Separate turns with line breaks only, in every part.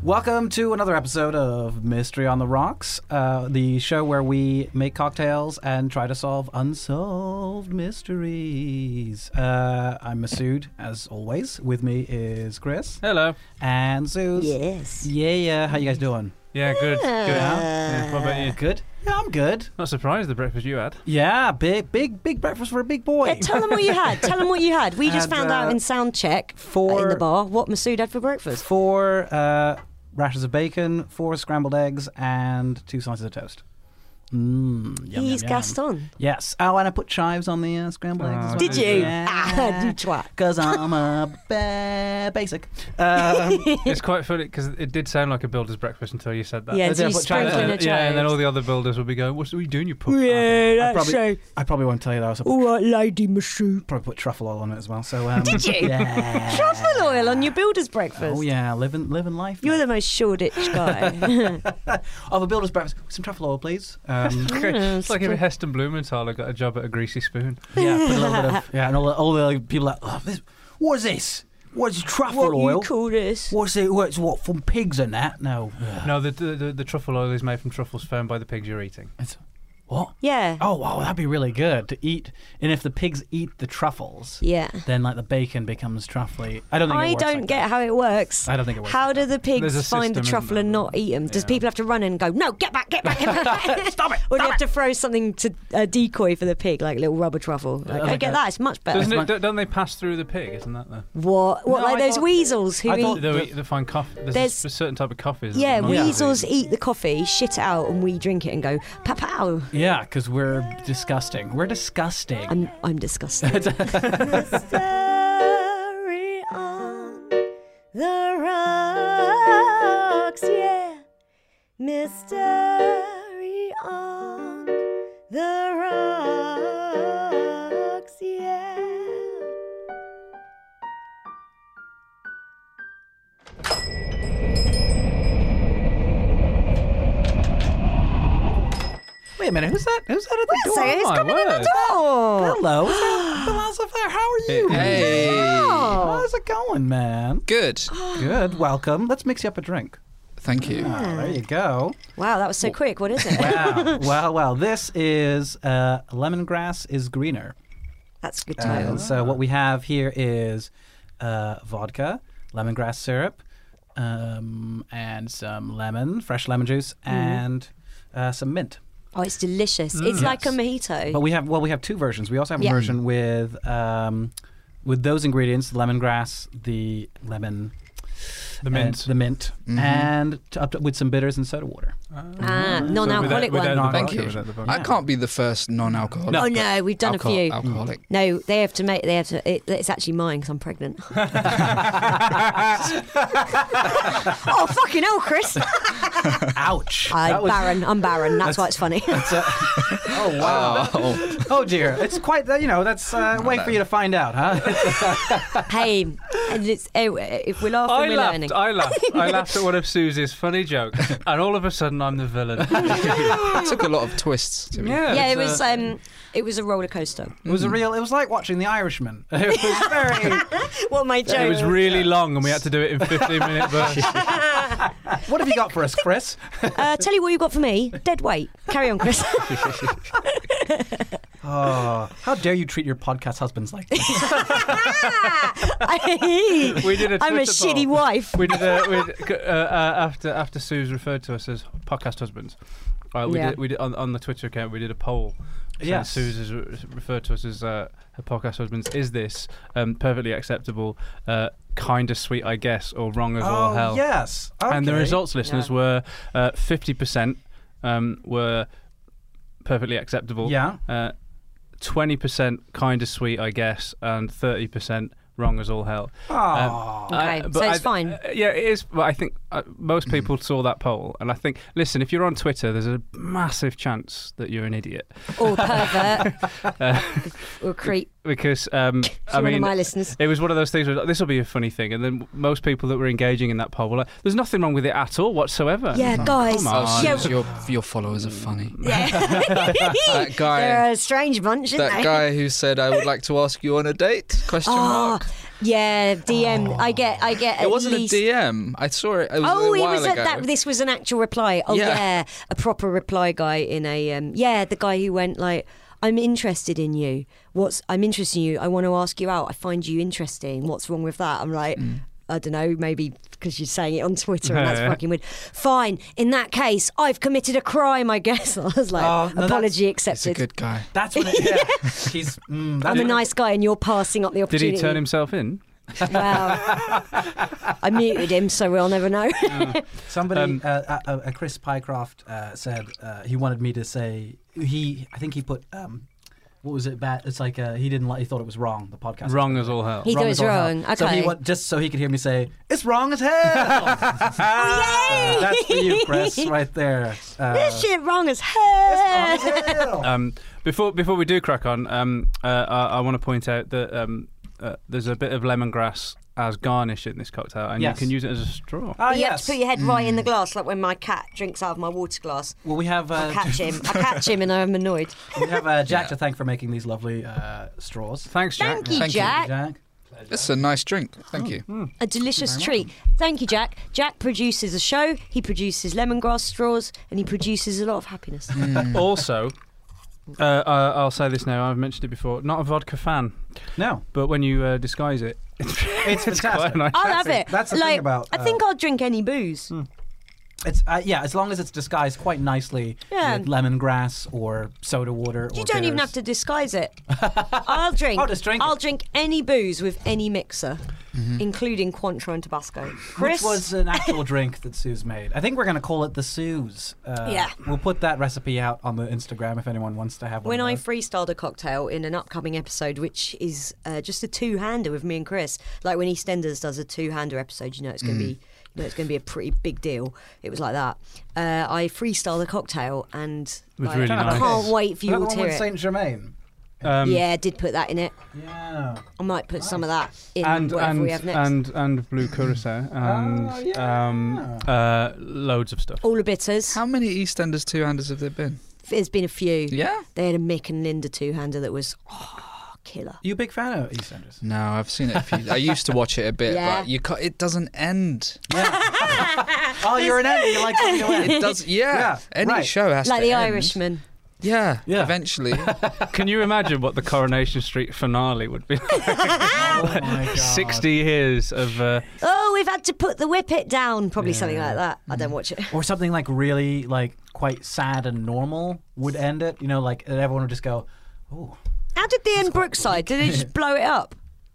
Welcome to another episode of Mystery on the Rocks, uh, the show where we make cocktails and try to solve unsolved mysteries. Uh, I'm Masood, as always. With me is Chris
Hello.
and Zeus.
Yes.
Yeah, yeah. How you guys doing?
Yeah, good. Good. Yeah, What about you?
Good. Yeah, I'm good.
Not surprised the breakfast you had.
Yeah, big, big, big breakfast for a big boy.
Yeah, Uh, tell them what you had. Tell them what you had. We just
And,
found
uh,
out in sound check
for-
for in the bar what Masood had for breakfast.
four uh, rashers of bacon, four scrambled eggs, and two slices of toast. Mmm. yum,
He's
yum, yum.
Gaston.
Yes. Oh, and I put chives on the uh, scrambled eggs. as well.
Did you? Ah,
Yeah.
you twat.
Cause I'm a ba- basic. Um,
it's quite funny because it did sound like a builder's breakfast until you said that.
Yeah,
They
so
did
you
put chives
sprinkling
in
a
And- yeah, and then all
child.
the other builders would be going, "What are you doing, you pup?"
Yeah,
I
that's
probably,
so.
I probably won't tell you that. I
All right, lady Masood.
probably put truffle oil on it as well. So um,
Did you?
Yeah.
Truffle oil on your builder's breakfast.
Oh yeah, living living life.
You're
mate.
the most Shoreditch guy.
Of a builder's breakfast, some truffle oil, please. Um,
It's like if Heston Blumenthaler got a job at a greasy spoon.
yeah, put a little bit of yeah, and all the, all the people like, oh, this, what is this? What is truffle
what
oil?
you call this?
What's it? What's what from pigs and that? No,
No, the, the the the truffle oil is made from truffles found by the pigs you're eating.
It's, what?
Yeah.
Oh wow, that'd be really good to eat. And if the pigs eat the truffles,
Yeah.
then like the bacon becomes truffly. I don't think. it
I
works
don't
like
get
that.
how it works.
I don't think it works
How
like
do
There's a
the pigs find the
system, isn't
truffle
there?
and not eat them? Does
Yeah.
people have to run and go, no, get back, get back, get back? Stop it. Or do you have to throw something to a decoy for the pig, like a little rubber truffle? Like, I
think
get
that-
that. It's much better.
Doesn't it? don't- Don't they pass through the pig? Isn't that the?
What? What?
No,
like
I
those
thought-
weasels who
I
eat?
thought-
They eat- they find coffee. There's,
There's-
a certain type of coffee. isn't
yeah,
there?
weasels eat the coffee, shit it out, and we drink it and go pow pow.
Yeah, because we're disgusting. We're disgusting.
I'm I'm disgusted. Mystery on the rocks, yeah. Mystery on the rocks, yeah.
Wait a minute, who's that? Who's that at the
Wait a second, who's
my
coming in
word.
the door?
Oh, Hello, is that philosopher. How are you?
Hey,
Oh.
How's it going, man?
good.
Good. Welcome. Let's mix you up a drink.
Thank you.
Ah, there you go.
Wow, that was so quick. What is it?
Wow. well, well. This is uh, lemongrass is greener.
That's a good
Uh,
title.
so what we have here is uh, vodka, lemongrass syrup, um, and some lemon, fresh lemon juice,
Mm-hmm.
and uh, some mint.
Oh, it's delicious. It's like a mojito.
But we have well, we have two versions. We also have
Yeah.
a version with um, with those ingredients: the lemongrass, the lemon,
the
and
mint.
the mint,
Mm-hmm.
and t- up to, with some bitters and soda water.
Ah,
Mm-hmm.
non-alcoholic
without- without
one.
the
Thank
vodka,
you.
without the vodka.
I can't be the first non-alcoholic.
oh no, we've done
Alcohol-
a few.
Alcoholic.
No, they have to make. They have to. It, it's actually mine because I'm pregnant. oh fucking hell, Chris!
Ouch!
I'm
That was-
barren. I'm barren. That's, why it's funny.
that's a- oh wow!
Oh,
Oh dear! It's quite that you know. That's uh, wait for you to find out, huh?
hey, and it's, eh, if we're laughing,
I
we're
laughed,
learning.
I laughed. I laughed at one of Susie's funny jokes, and all of a sudden I'm the villain.
that took a lot of twists. To me.
yeah,
it's,
it was.
uh,
Um, it was a roller coaster.
It was a real. It was like watching The Irishman. It was very.
What my joke?
it was really long, and we had to do it in 15 minute bursts.
what have you got for us, Chris?
Uh, tell you what you got for me. Dead weight. Carry on, Chris.
Oh, how dare you treat your podcast husbands like this?
We did a
I'm a
Twitter
shitty
poll.
wife.
We did a, we did, uh, uh, after after Sue's referred to us as podcast husbands. Uh, we
Yeah.
did, we did on, on the Twitter account. We did a poll. Yeah,
Yes.
Sue's is re- referred to us as uh, her podcast husbands. Is this um, perfectly acceptable? Uh, kind of sweet, I guess, or wrong as
Oh,
all hell.
Oh, yes.
And the
Okay.
uh, results, listeners,
Yeah.
were fifty percent um, were perfectly acceptable.
Yeah.
Uh, 20% kind of sweet, I guess, and 30% wrong as all hell. Um,
Okay,
but
so
I-
it's fine.
uh, yeah, it is. But I think uh, most people saw that poll, and I think, listen, if you're on Twitter, there's a massive chance that you're an idiot
or pervert
Uh,
or creep.
because um, I
one of
mean,
my listeners.
it was one of those things. Where like, this will be a funny thing, and then most people that were engaging in that poll were like, "There's nothing wrong with it at all whatsoever."
Yeah, guys.
Come
Oh,
on.
Yeah.
so your your followers are funny.
Yeah.
That guy-
They're uh, a strange bunch, aren't
That
they?
guy who said, "I would like to ask you on a date?" Question
Oh,
mark.
yeah. DM. I get. I get.
It
at
wasn't
least-
a DM. I saw it. it was
Oh,
a
he
while
was
ago.
a, that. This was an actual reply. Oh, yeah.
Yeah.
a proper reply guy in a um, yeah, the guy who went like, "I'm interested in you. What's I'm interested in you. I want to ask you out. I find you interesting. What's wrong with that?" I'm like. I don't know, maybe because you're saying it on Twitter and that's fucking weird. Fine. In that case, I've committed a crime, I guess. I was like,
Oh, no, that's-
apology
He's a
accepted.
good guy.
That's what it, yeah. He's, mm, that's
I'm a
what-
nice guy and you're passing up the
Did
opportunity.
he turn himself in?
Wow. I muted him, so we'll never know.
Somebody, uh, uh, uh, Chris Pycroft uh, said uh, he wanted me to say he. I think he put um, what was it? Bad. It's like uh, he didn't like. He thought it was wrong. The podcast.
Wrong as all hell.
He thought it was
as all hell.
wrong.
So he
Okay.
wa- just so he could hear me say it's wrong as hell. So that's for you, Chris, right there. Uh,
Oh, this shit wrong as hell.
Um, before before we do crack on, um, uh, I, I want to point out that um, uh, there's a bit of lemongrass as garnish in this cocktail, and
Yes.
you can use it as a straw.
Ah,
you have
yes. Mm.
to put your head right in the glass, like when my cat drinks out of my water glass.
Well, we have
I
uh,
catch him. I catch him, and I'm annoyed.
we have uh, Jack to thank for making these lovely uh, straws.
Thanks, Jack.
Thank you,
Thank you,
Jack.
Jack.
That's a nice drink.
Oh.
Thank you.
A delicious treat. Thank you, Jack. Jack produces a show. He produces lemongrass straws, and he produces a lot of happiness.
Mm.
Mm. also, uh, uh, I'll say this now. I've mentioned it before. Not a vodka fan,
No,
but when you uh, disguise it, it's,
it's
quite
fantastic.
nice.
I'll have it.
that's the
like,
thing about, uh, Mm.
I think I'll drink any booze.
It's uh, yeah, as long as it's disguised quite nicely
Yeah.
with lemongrass or soda water.
You
or
don't even
beers.
have to disguise it. I'll drink.
I'll just drink
I'll
it. Mm-hmm.
drink any booze with any mixer, including Cointreau and Tabasco. Chris
Which was an actual drink that Sue's made. I think we're going to call it the Sue's. Uh,
Yeah.
We'll put that recipe out on the Instagram if anyone wants to have one.
When
of
I
those.
freestyled a cocktail in an upcoming episode, which is uh, just a two-hander with me and Chris, like when EastEnders does a two-hander episode, you know it's
Mm.
going to be, you know it's going to be a pretty big deal. It was like that. Uh, I freestyled a cocktail and
was
like,
really
I
nice.
can't wait for you
Another
all to
one
hear
with
it.
Saint Germain.
Um,
yeah, I did put that in it.
Yeah.
I might put some of that in
And
whatever
and,
we have next.
and and blue curacao and
Oh, yeah.
um, uh, loads of stuff.
all the bitters.
How many EastEnders two-handers have there been?
There's been a few.
Yeah.
They had a Mick and Linda two-hander that was oh, killer.
You a big fan of EastEnders?
No, I've seen it. A few. I used to watch it a bit,
Yeah.
but you ca it doesn't end.
oh, you're an Andy. You like giving away.
It does. Yeah.
Yeah,
Any
right.
show has
Like
to
the
end.
Irishman.
Yeah.
Yeah.
Eventually.
Can you imagine what the Coronation Street finale would be?
Oh my god.
60 years of uh,
Oh, we've had to put the whippet down. Probably something like that. I
Mm.
don't watch it.
Or something like really like quite sad and normal would end it. You know, like and everyone would just go, "Oh,
How did they end Brookside? Did they just blow it up?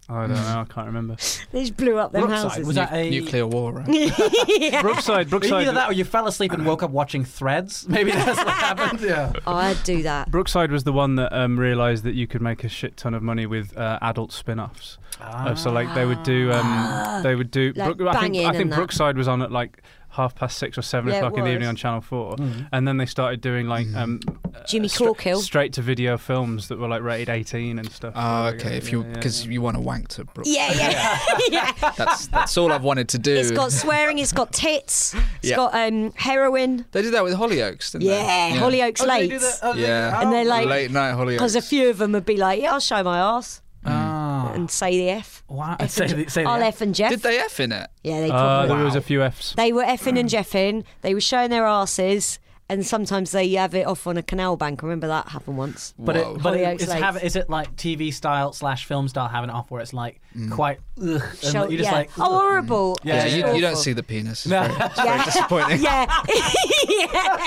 I don't know, I can't remember.
They just blew up their
Brookside."
houses.
Was that a
Nuclear war, right?
Brookside,
Either
Brookside,
that, or you fell asleep and woke up watching Threads. Maybe that's what happened. Yeah.
Oh, I'd do that.
Brookside was the one that um, realised that you could make a shit ton of money with uh, adult spin-offs. Uh, so like they would do, um, they would do.
Ah.
I
Like
think,
Banging
I think
and that.
Brookside was on at like half past six or seven
Yeah, it
o'clock in the evening
was.
on Channel Four, and then they started doing like um, uh,
Jimmy
stra-
Corkill.
straight to video films that were like rated eighteen and stuff.
Oh,
Like,
okay.
uh,
If you
yeah, yeah,
because
yeah.
you want to wank to Brooks.
Yeah, yeah, yeah.
That's that's all I've wanted to do.
It's got swearing. It's got tits. It's
Yeah.
got um, heroin.
They did that with Hollyoaks, didn't
Yeah,
they?
Hollyoaks
Oh, they
late.
do that- oh, they do-
Yeah.
And they're like-
late night Hollyoaks.
Because a few of them would be like, "Yeah, I'll show my ass
Ah.
and say the f."
Why-
F
say
and
the-
J-
say the
I'll
F.
f and Jeff.
Did they f in it?
Yeah, they
Uh,
probably.
There was a few Fs.
They were effing and jeffing. They were showing their asses, and sometimes they have it off on a canal bank. I remember that happened once.
But
Whoa.
it, but it,
Hollyoaks
it's
Lakes.
have, is it like TV style slash film style having it off where it's like quite ugh, and
Show-
you just
yeah.
like
oh,
ugh.
horrible.
Yeah,
Yeah,
Just
you, you don't
awful.
see the penis. It's very, it's very
Yeah.
disappointing.
Yeah.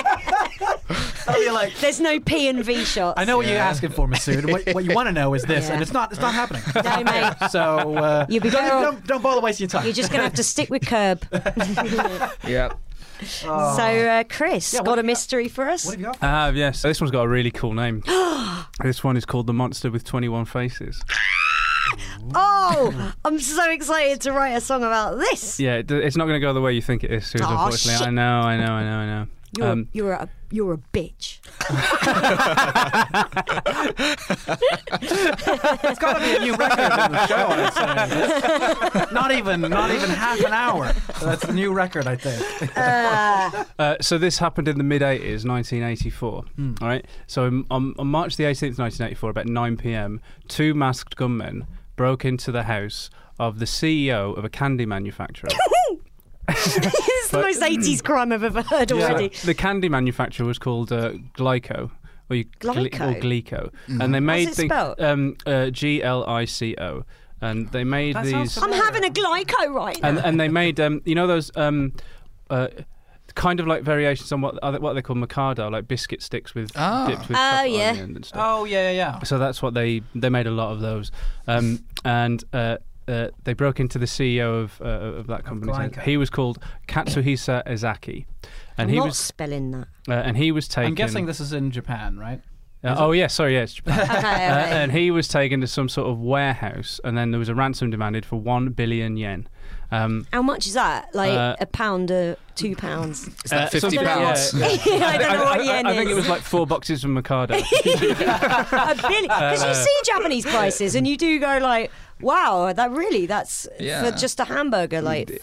Oh, you're like
There's no P and V shots.
I know what you're asking for, Masood. What, what you want to know is this,
Yeah.
and it's not it's not happening.
No, mate.
So uh,
You'd be
don't,
better off-
don't don't bother wasting your time.
You're just going to have to stick with Curb.
Yeah.
Oh.
So, uh, Chris,
Yeah, what
got
have
a
you got?
mystery for us?
What have you got?
I have, yes. This one's got a really cool name. this one is called The Monster with 21 Faces.
Oh, I'm so excited to write a song about this.
Yeah, it, it's not going to go the way you think it is, Susan,
Aw,
unfortunately.
shit.
I know, I know, I know, I know. Um,
You're, you're a you're a bitch.
It's got to be a new record in the show. I'd say. not even, not even half an hour. That's the new record, I think.
Uh, so this happened in the mid 80s, 1984. All right. So on, on on March the 18th, 1984, about 9 p.m., two masked gunmen broke into the house of the CEO of a candy manufacturer.
it's the most 80s crime I've ever heard already.
the candy manufacturer was called uh, Glyco. Or you, gli-
Glyco?
or Glico, and they made
it
things
spelled?
um, uh, G L I C O, and they made
That sounds
these.
I'm having a glyco right now.
and and they made um, you know those um, uh, kind of like variations on what are they, what are they called Mikado, like biscuit sticks with
Ah.
dipped with
Oh,
chocolate
yeah.
on the end and stuff.
Oh yeah, yeah,
So that's what they they made a lot of those, um, and. Uh, uh, they broke into the CEO of uh, of that company.
Glyco.
he was called Katsuhisa Ezaki, and
I'm
he
not
was
spelling that.
uh, and he was
yeah.
taken.
I'm guessing this is in Japan, right?
Uh, oh yeah, sorry, yeah, it's Japan.
Okay,
Uh,
okay.
and he was taken to some sort of warehouse, and then there was a ransom demanded for one billion yen. Um,
How much is that? Like
Uh,
a pound or two pounds?
Is
Uh,
that fifty
something-
pounds?
yeah.
I don't know what
I,
yen
I think it
is.
was like four boxes from Mikado.
a billion. Because you see Japanese prices and you do go like, wow, that really, that's
Yeah.
for just a hamburger, like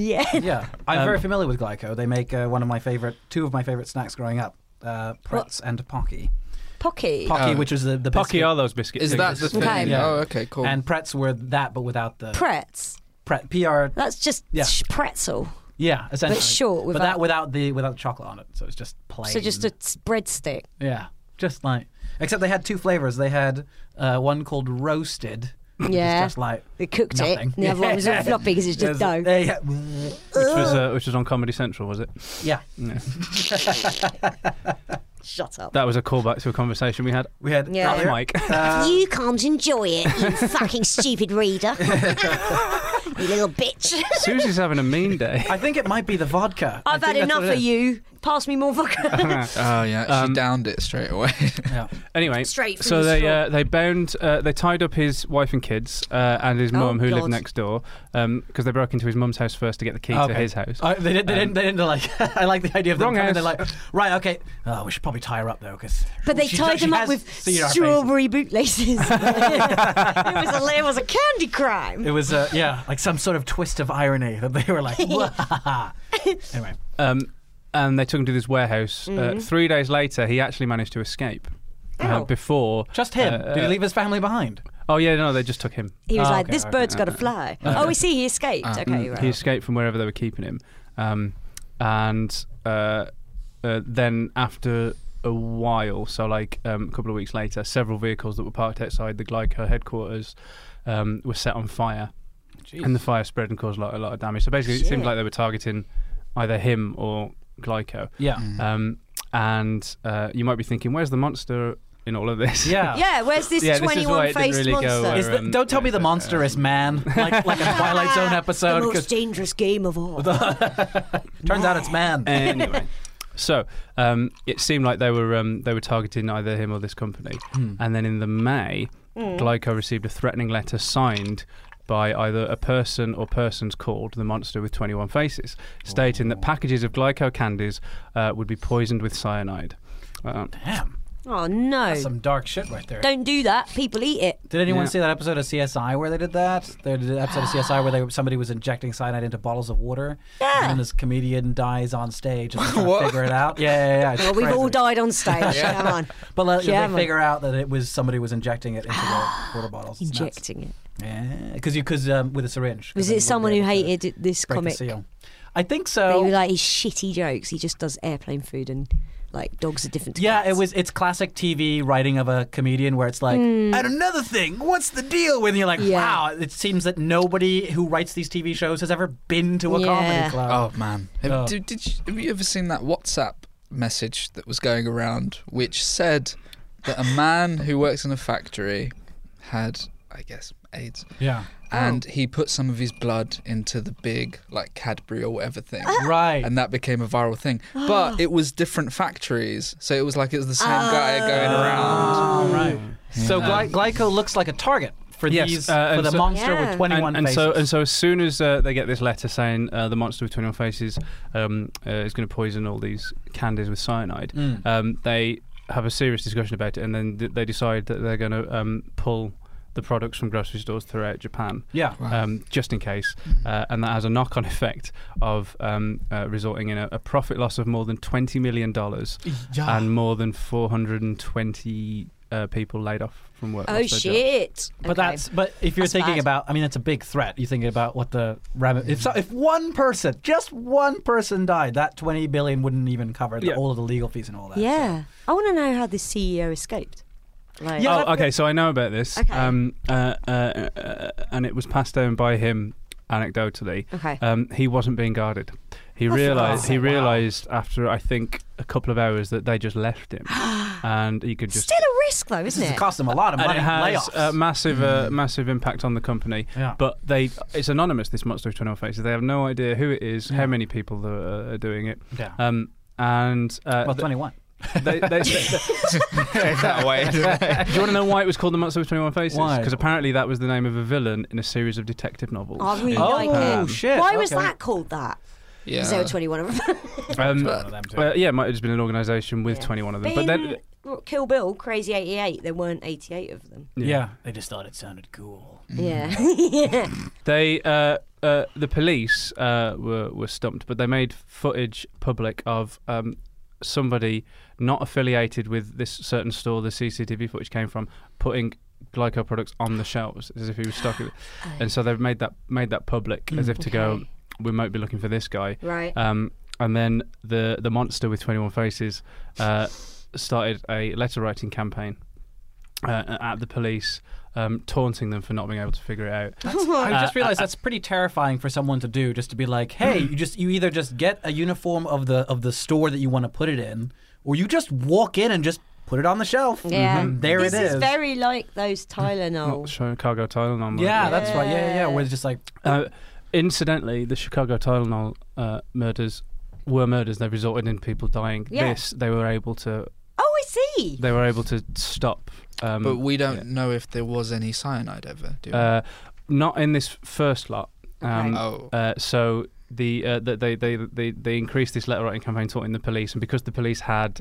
yen.
Yeah, I'm very familiar with Glyco. They make uh, one of my favorite, two of my favorite snacks growing up: uh, Pretz and Pocky.
Pocky. uh,
Pocky,
Oh.
which is the the
Pocky
biscuit,
are those biscuits.
Is that the thing?
Okay.
Yeah.
Oh, okay, cool.
and Pretz were that, but without the
Pretz.
Pret, PR.
That's just
Yeah.
sh- pretzel.
Yeah, essentially.
short
but that
without-
without the without the chocolate on it, so it's just plain.
So just a s- breadstick.
yeah, just like except they had two flavors. They had uh, one called roasted. which is
Yeah.
just like
They cooked it,
nothing.
and the other one was all floppy because it's just
There's-
dough.
Yeah,
Which was uh, which was on Comedy Central, was it?
yeah.
Shut up.
That was a callback to a conversation we had.
We had Uh,
Yeah.
yeah.
Off mic.
you can't enjoy it, you fucking stupid reader. you little bitch.
Susie's having a mean day.
I think it might be the vodka. I
I've
think
had
that's
enough
what it
of
is.
you. Pass me more vodka.
oh yeah, she downed it straight away.
Yeah.
Anyway,
Straight from
so
the
they
straw.
Uh, they bound, uh, they tied up his wife and kids uh, and his
Oh,
mum who
God.
lived next door because they broke into his mum's house first to get the key to
Okay.
his house. Um,
Uh, they, did, they, didn't, they didn't like. I like the idea of them
Wrong
coming. They're
house.
like, right, okay. Oh, we should probably tie her up though, because.
But they tied them up with strawberry bootlaces. it, was a, it was a candy crime.
It was, uh, yeah, like some sort of twist of irony that they were like, "Wahaha." anyway.
Um, and they took him to this warehouse. Uh, three days later, he actually managed to escape. Uh,
Mm-hmm. Ow.
before
Just him.
uh,
did he
uh,
leave his family behind?
Oh yeah, no, they just took him.
He was
Oh,
like,
okay,
"This
okay, Uh-huh. Uh, mm,
bird's got to fly." Oh, we see he escaped. okay, right.
He escaped from wherever they were keeping him, um, and uh, uh, then after a while, so like um, a couple of weeks later, several vehicles that were parked outside the Glyco headquarters um, were set on fire, and the fire spread and caused a lot, a lot of damage. So basically, it seemed like they were targeting either him or Glyco.
Yeah.
Um, and uh, you might be thinking, where's the monster in all of this?
Yeah.
yeah, where's this
Yeah, this is why
twenty-one
it didn't
faced
really go
monster?
well.
Is the,
Um,
don't tell me the
yeah, so-
monster is man, like like a uh, Twilight Zone episode.
the most
'cause
dangerous game of all.
turns out it's man.
anyway, so um, it seemed like they were um, they were targeting either him or this company. And then in the May, Glyco received a threatening letter signed by either a person or persons called the monster with 21 faces, stating that packages of Glyco candies uh, would be poisoned with cyanide. Uh,
Damn,
Oh no!
that's some dark shit right there.
Don't do that. People eat it.
Did anyone
Yeah.
see that episode of CSI where they did that? They did an episode of CSI where they, somebody was injecting cyanide into bottles of water, and then this comedian dies on stage and they try to
What?
figure it out. Yeah, yeah, yeah. it's
Well, we've
crazy.
all died on stage. Come on,
But like,
Yeah,
they
man.
figure out that it was somebody was injecting it into the water bottles. It's nuts.
injecting it.
Yeah, because you because um, with a syringe. 'cause
Was
then you
it
wouldn't
someone
be
who
able to
hated this
break the
comic?
seal. I think
But
so.
you were like his shitty jokes. He just does airplane food and like dogs are different. To
Yeah,
cats.
it was. It's classic TV writing of a comedian where it's like, and another thing, what's the deal? When you're like,
Hmm. Yeah.
wow, it seems that nobody who writes these TV shows has ever been to a comedy
Yeah.
club.
oh man, have,
Oh.
Did, did you, have you ever seen that WhatsApp message that was going around, which said that a man who works in a factory had, I guess, AIDS,
Yeah,
and he put some of his blood into the big like Cadbury or whatever thing.
Right.
And that became a viral thing. But it was different factories. So it was like it was the same guy going around.
right. So gly- Glyco looks like a target for
Yes,
these
uh,
for
and
the
so-
monster
Yeah.
with
And-
twenty one
and, and
faces.
so and so as soon as uh, they get this letter saying uh, the monster with 21 faces um, uh, is going to poison all these candies with cyanide
Mm.
um, they have a serious discussion about it and then th- they decide that they're going to um, pull the products from grocery stores throughout Japan
yeah. Mm.
um, just in case, uh, and that has a knock-on effect of um, uh, resulting in a, a profit loss of more than twenty million dollars
Yeah.
and more than four hundred and twenty uh, people laid off from work.
Oh
lost their jobs.
shit!
But
Okay.
that's but if you're
That's
thinking
bad.
about, I mean, it's a big threat. You're thinking about what the rabbit. If so, if one person, just one person died, that twenty billion wouldn't even cover the,
Yeah.
all of the legal fees and all that.
yeah. I want to know how the CEO escaped. Like, uh,
Yeah.
Oh, okay. So I know about this.
Okay.
Um, uh, uh, uh, and it was passed down by him anecdotally.
Okay.
Um, he wasn't being guarded. He realized.
awesome.
He realized after I think a couple of hours that they just left him, and he could just.
Still a risk though,
This
isn't
is
it?
cost them a lot of
and
money.
it has
layoffs. Hmm.
a massive, uh, massive impact on the company.
Yeah.
But they, it's anonymous. This monster with 21 faces. They have no idea who it is,
Yeah.
how many people that are, are doing it.
Yeah.
Um, and uh,
well,
th-
twenty one.
they, they, they,
that way.
Do you want to know why it was called The Monster with 21 Faces?
Why?
Because apparently that was the name of a villain in a series of detective novels.
I really
in
like
Japan.
Oh, shit.
Why was
okay.
that called that?
yeah.
Because there were 21 of them.
Um,
One of them too.
well, yeah, it might have just been an organisation with 21 of them. But then,
In Kill Bill, Crazy 88, there weren't 88 of them.
yeah.
Yeah.
they just thought it sounded cool.
Yeah. yeah.
They, uh, uh, the police uh, were were stumped, but they made footage public of um, somebody not affiliated with this certain store. The CCTV footage came from putting glyco products on the shelves as if he was stuck with it, and so they've made that made that public as if to go,
Mm, okay.
we might be looking for this guy,
Right.
Uh,
Um, and then the the monster with twenty one faces uh, started a letter writing campaign uh, at the police, um, taunting them for not being able to figure it out.
I
Uh,
just realized that's pretty terrifying for someone to do. Just to be like, hey, you just you either just get a uniform of the of the store that you want to put it in, or you just walk in and just put it on the shelf. And there
this
it is.
is very like those Tylenol.
Chicago Tylenol.
yeah, that's right. Yeah, yeah, yeah. Where it's just like,
Uh, incidentally, the Chicago Tylenol uh, murders were murders. They resulted in people dying.
Yeah.
This they were able to.
oh, I see.
They were able to stop. Um,
But
Mm.
we don't know if there was any cyanide ever, do we?
uh, not in this first lot. Um,
Okay.
oh.
Uh, so the, uh, the they, they they they increased this letter writing campaign taunting the police, and because the police had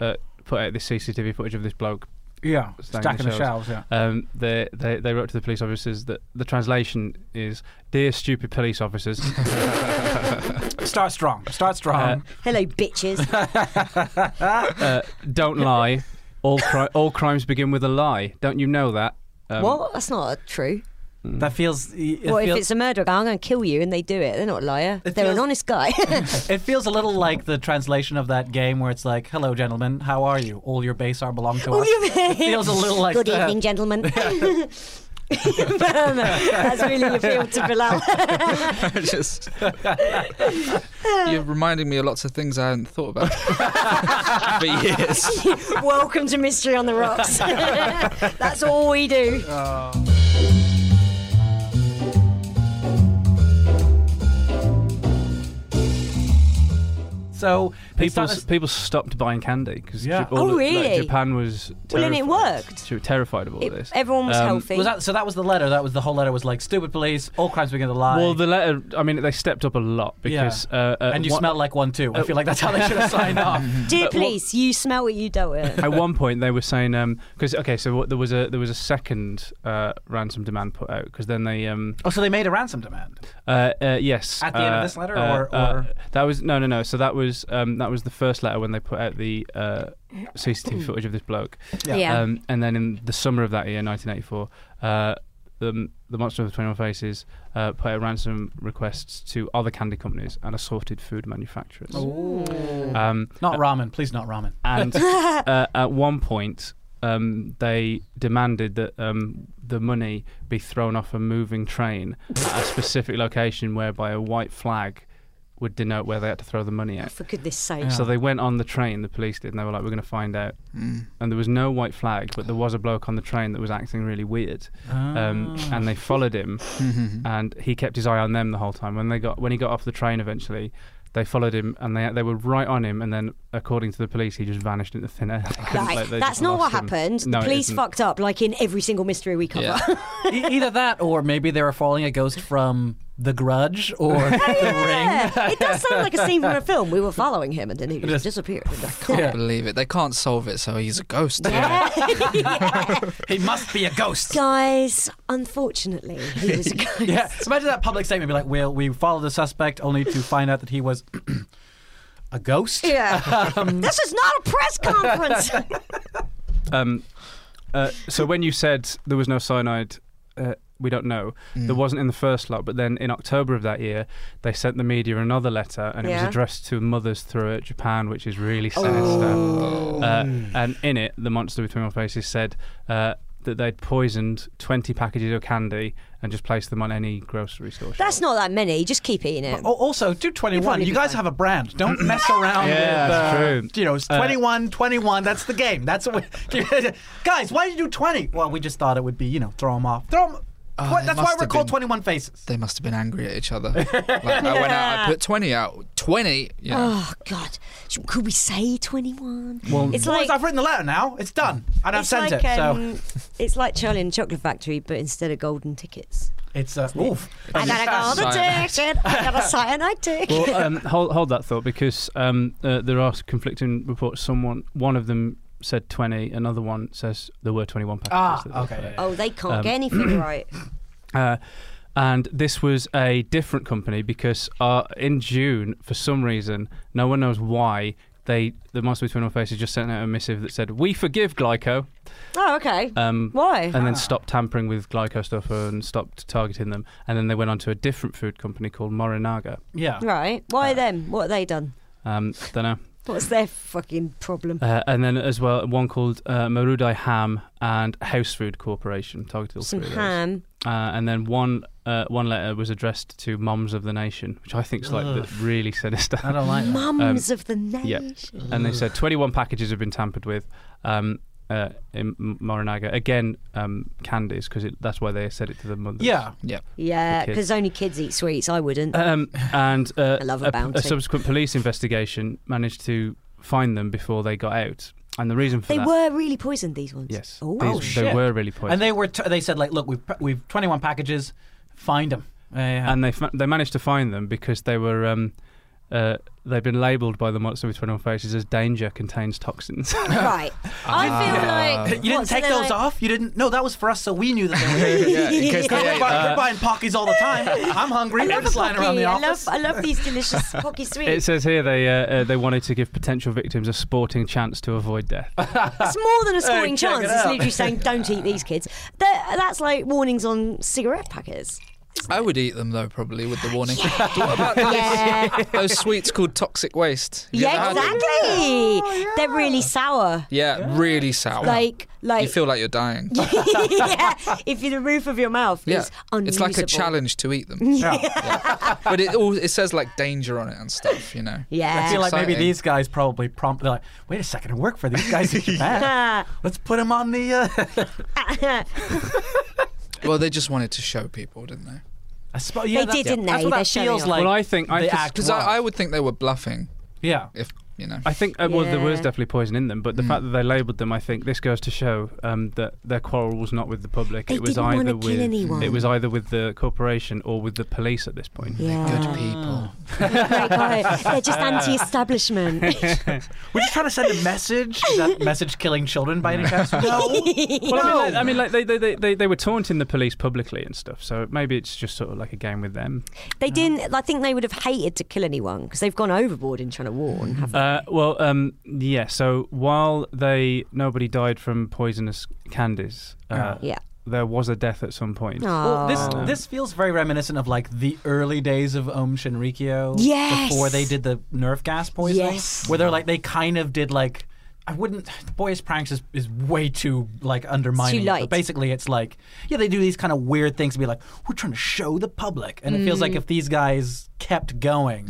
uh, put out this CCTV footage of this bloke,
yeah,
Stacking
stacking
the
the
shelves.
shelves. Yeah.
um, they, they they wrote to the police officers that the translation is "Dear stupid police officers,
Start strong. Start strong.
Uh,
Hello, bitches.
uh, don't lie. All cri- all crimes begin with a lie. Don't you know that?" Um,
what? That's not true.
that feels. It,
Well, if
feels
it's a murder, I'm going to kill you, and they do it. They're not a liar.
It
They're an
feels-
honest guy.
it feels a little like the translation of that game where it's like, "Hello, gentlemen. How are you? All your base are belong to us." It feels a little like
Good
that.
evening, gentlemen. That's really appealed to Bilal.
just you're reminding me of lots of things I hadn't thought about for years.
Welcome to Mystery on the Rocks. That's all we do.
So
People,
people.
s- people stopped buying candy because
Yeah.
Oh, really?
Japan was
Well, and it
terrified-
worked.
She was terrified of all
It-
this.
everyone was
Um,
healthy.
Was that so? That was the letter. That was the whole letter. Was like stupid police. All crimes begin to lie.
Well, the letter. I mean, they stepped up a lot because. Uh, uh,
and you
one-
smell like one too. I feel like that's how they should have signed off.
Dear police, you smell what you dealt with.
At one point, they were saying because okay, so what, there was a there was a second uh, ransom demand put out because then they um
Oh, so they made a ransom demand.
uh, uh, yes
At the end of
uh,
this letter,
uh,
or-
uh,
or-
that was no no no so that was um that was the first letter when they put out the uh, CCTV footage of this bloke
Yeah.
Yeah.
um, and then in the summer of that year 1984 uh, the the monster with 21 faces uh, put out ransom requests to other candy companies and assorted food manufacturers
Oh.
um
Not ramen, please. Not ramen.
and uh, at one point um, they demanded that um, the money be thrown off a moving train at a specific location whereby a white flag would denote where they had to throw the money out.
For goodness sake.
Um, So they went on the train, the police did, and they were like, we're going to find out. And there was no white flag, but there was a bloke on the train that was acting really weird. Um,
Ah.
and they followed him, and he kept his eye on them the whole time. When, they got, when he got off the train eventually, they followed him and they, they were right on him. And then, according to the police, he just vanished into thin air. They couldn't,
Right.
like, they
That's
just
not what
lost him.
happened.
No,
the
it
police
isn't.
fucked up, like in every single mystery we cover.
Yeah.
E- Either that, or maybe they were following a ghost from The Grudge or The Ring.
Yeah, it does sound like a scene from a film. We were following him and then he just,
Just-
disappeared.
Can't believe it. They can't solve it, so he's a ghost.
He must be a ghost.
Guys, unfortunately, he was a ghost.
Yeah. So imagine that public statement be like, "Well, we followed the suspect only to find out that he was a ghost."
Yeah. this is not a press conference.
Um, uh, so when you said there was no cyanide, uh, we don't know. There wasn't in the first lot, but then in October of that year, they sent the media another letter, and it
Yeah.
was addressed to mothers throughout Japan, which is really
Oh.
sinister. Uh, and in it, the monster with female faces said. Uh, that they'd poisoned 20 packages of candy and just placed them on any grocery store. shelf.
That's not that many. Just keep eating it.
Al- Oh, Also, do 21.
probably
You
be
guys have
fine.
a brand. Don't mess around
Yeah,
with
that's
uh,
true.
You know, it's
Uh,
21, 21. That's the game. That's what we, Guys, why did you do 20? Well, we just thought it would be, you know, throw them off. Throw them.
Oh, they
that's why
must
we're
have
called
been-
21 Faces.
they must have been angry at each other. Like, I went out, I put 20 out. 20? Yeah.
Oh God! Sh- Could we say twenty-one?
Well-
it's
Boys,
like
I've written the letter now. It's done. And I've
it's
sent
like,
it. So
um, it's like Charlie and the Chocolate Factory, but instead of golden tickets,
it's, uh, oof.
I got a golden
Cyanide.
ticket. I got a cyanide ticket.
Well, um, hold, hold that thought because um, uh, there are conflicting reports. Someone, one of them said 20, another one says there were 21
Ah,
packages. that they
okay.
found.
yeah, yeah.
oh, they can't
um,
get anything right.
Uh, and this was a different company because uh, in June, for some reason, no one knows why, they the Monster with Twin Faces just sent out a missive that said, "We forgive Glyco,"
Oh, okay.
um,
Why?
and then stopped tampering with Glyco stuff and stopped targeting them. And then they went on to a different food company called Morinaga.
Yeah.
right?
uh,
Why them? What have they done?
Um, don't know.
What's their fucking problem?
Uh, and then as well, one called uh, Marudai Ham and House Food Corporation targeted all
Some
three of those.
ham.
Uh, and then one uh, one letter was addressed to Moms of the Nation, which I think is like the, really sinister.
I don't like that.
Mums of the nation.
um, yeah. And they said 21 packages have been tampered with um, uh, in M- Morinaga. Again, um, candies, because that's why they said it to the mothers.
Yeah.
Yeah.
Yeah,
Okay.
because only kids eat sweets. I wouldn't.
Um, and uh,
I love a
a,
bounty.
subsequent police investigation managed to find them before they got out. And the reason for
they
that.
were really poisoned. These ones.
Yes.
Oh,
These-
oh,
They
shit.
were really poisoned.
And they were. T- they said, like, look, we've, we've 21 packages. Find them. Yeah.
and they fa- they managed to find them because they were um, uh, they've been labelled by the monster with 21 faces as danger contains toxins.
right. I feel like
you didn't
What, so
take
they're
those
like-
off. You didn't. No, that was for us, so we knew that they uh, were.
yeah in case
Because
they
we're,
ate
bu-
that.
we're buying pockies all the time. I'm hungry.
I
They're
love
just
a
lying around the
pocky. I
office.
love, I love these delicious pocky
it
sweets.
says here they uh, uh, they wanted to give potential victims a sporting chance to avoid death.
It's more than a sporting
check it
chance. It's
out.
literally saying, "Don't eat these kids." That, that's like warnings on cigarette packets.
I would eat them, though, probably, with the warning.
Yeah,
Those sweets called toxic waste. You ever
yeah,
had them?
exactly. They're really sour.
Yeah, really sour.
Like, like
you feel like you're dying.
yeah, if you- the roof of your mouth
Yeah,
is unusable.
it's like a challenge to eat them. Yeah. But it all it says like danger on it and stuff, you know.
Yeah.
I feel like maybe
Exciting.
these guys probably prompt. They're like, wait a second, I work for these guys in Japan.
Ah,
Let's put them on the. Uh,
Well, they just wanted to show people, didn't they?
I suppose, yeah,
They
that-
did, didn't
That's
they?
what
They're
that feels
showing
like.
Well, I think- I
they
think-
act
Because I, I
was.
would think they were bluffing.
Yeah.
If you know,
I think uh, well there was
Yeah.
definitely poison in them, but the fact that they labelled them, I think this goes to show um, that their quarrel was not with the public.
They
it was
didn't wanna
either
kill
with
anyone.
it was either with the corporation or with the police at this point.
good
yeah.
people.
Great guy. They're just anti-establishment.
We're just trying to send a message. Is that message killing children by any chance? No.
Well, I mean, like, I mean, like they, they, they, they, they were taunting the police publicly and stuff, so maybe it's just sort of like a game with them.
They didn't. I think they would have hated to kill anyone because they've gone overboard in trying to warn. Have
Uh, well, um, yeah. So while they nobody died from poisonous candies, uh,
Yeah.
there was a death at some point.
Well, this
Oh.
this feels very reminiscent of like the early days of Om Shinrikyo.
Yes.
Before they did the nerve gas poisoning.
Yes.
Where they're like they kind of did like I wouldn't. The boys' pranks is, is way too like undermining.
light.
But basically, it's like yeah, they do these kind of weird things to be like we're trying to show the public, and it feels like if these guys kept going,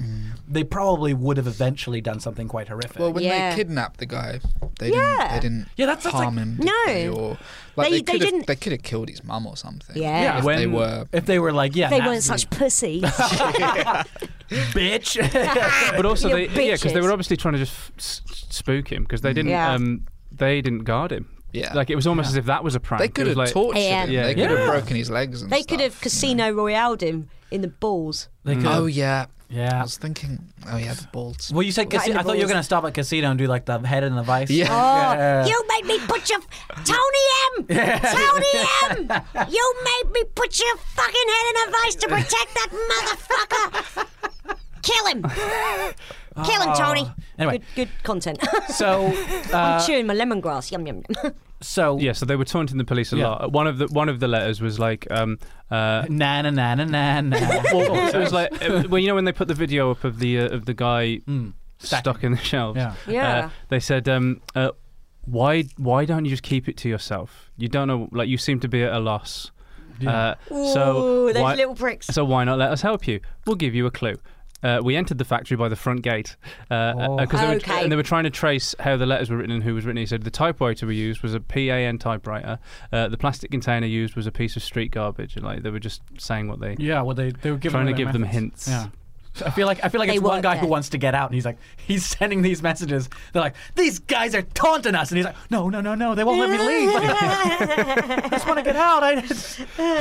they probably would have eventually done something quite horrific.
Well, when
Yeah.
they kidnapped the guy, they
Yeah.
didn't. They didn't
Yeah, that's- that's
harm
like-
him. did
No.
they? Or, like,
They-
they,
they
could
didn't-
Have, they could have killed his mum or something.
Yeah.
If
when
they were.
if they were like, yeah,
They
nah,
weren't such pussies.
bitch.
but also
You
they yeah because they
bitches.
were obviously trying to just f- s- spook him because they didn't
Yeah.
um they didn't guard him
Yeah.
like it was almost as if that was a prank
They
It
could
was
have
like,
tortured
Yeah.
him.
Yeah.
They could
Yeah.
have broken his legs and
They
stuff.
could have Casino Royaled him in the balls.
they could,
Oh yeah. I
yeah.
was thinking. Oh yeah, the balls.
Well, you said
in
casino.
the
I thought you were
balls.
going to stop at casino and do like the head in the vice.
Yeah.
Oh,
Yeah.
you made me put your Tony M. Tony M. You made me put your fucking head in a vice to protect that motherfucker. Kill him. Kill him, Tony.
Anyway,
Good, good content.
so uh,
I'm chewing my lemongrass. Yum yum yum.
so
yeah so they were taunting the police a
Yeah.
lot Uh, one of the one of the letters was like um uh
na na na na na na.
it was like uh, well you know when they put the video up of the uh, of the guy
Mm.
stuck in the shelves
Yeah.
Yeah.
uh, they said um uh, why why don't you just keep it to yourself you don't know like you seem to be at a loss uh, so
Ooh, those
why-
little pricks.
So why not let us help you? We'll give you a clue. Uh, we entered the factory by the front gate because uh,
Oh.
uh 'cause they were,
Okay.
and they were trying to trace how the letters were written and who was written. He said the typewriter we used was a PAN typewriter. Uh, the plastic container used was a piece of street garbage. And, like they were just saying what they.
Yeah, well, they they were giving
Trying to
away
give them
methods.
hints.
Yeah. So I feel like I feel like
They
it's one
work
guy who
there.
wants to get out, and he's like, he's sending these messages. They're like, these guys are taunting us, and he's like, no, no, no, no, they won't let me leave. I just want to get out. I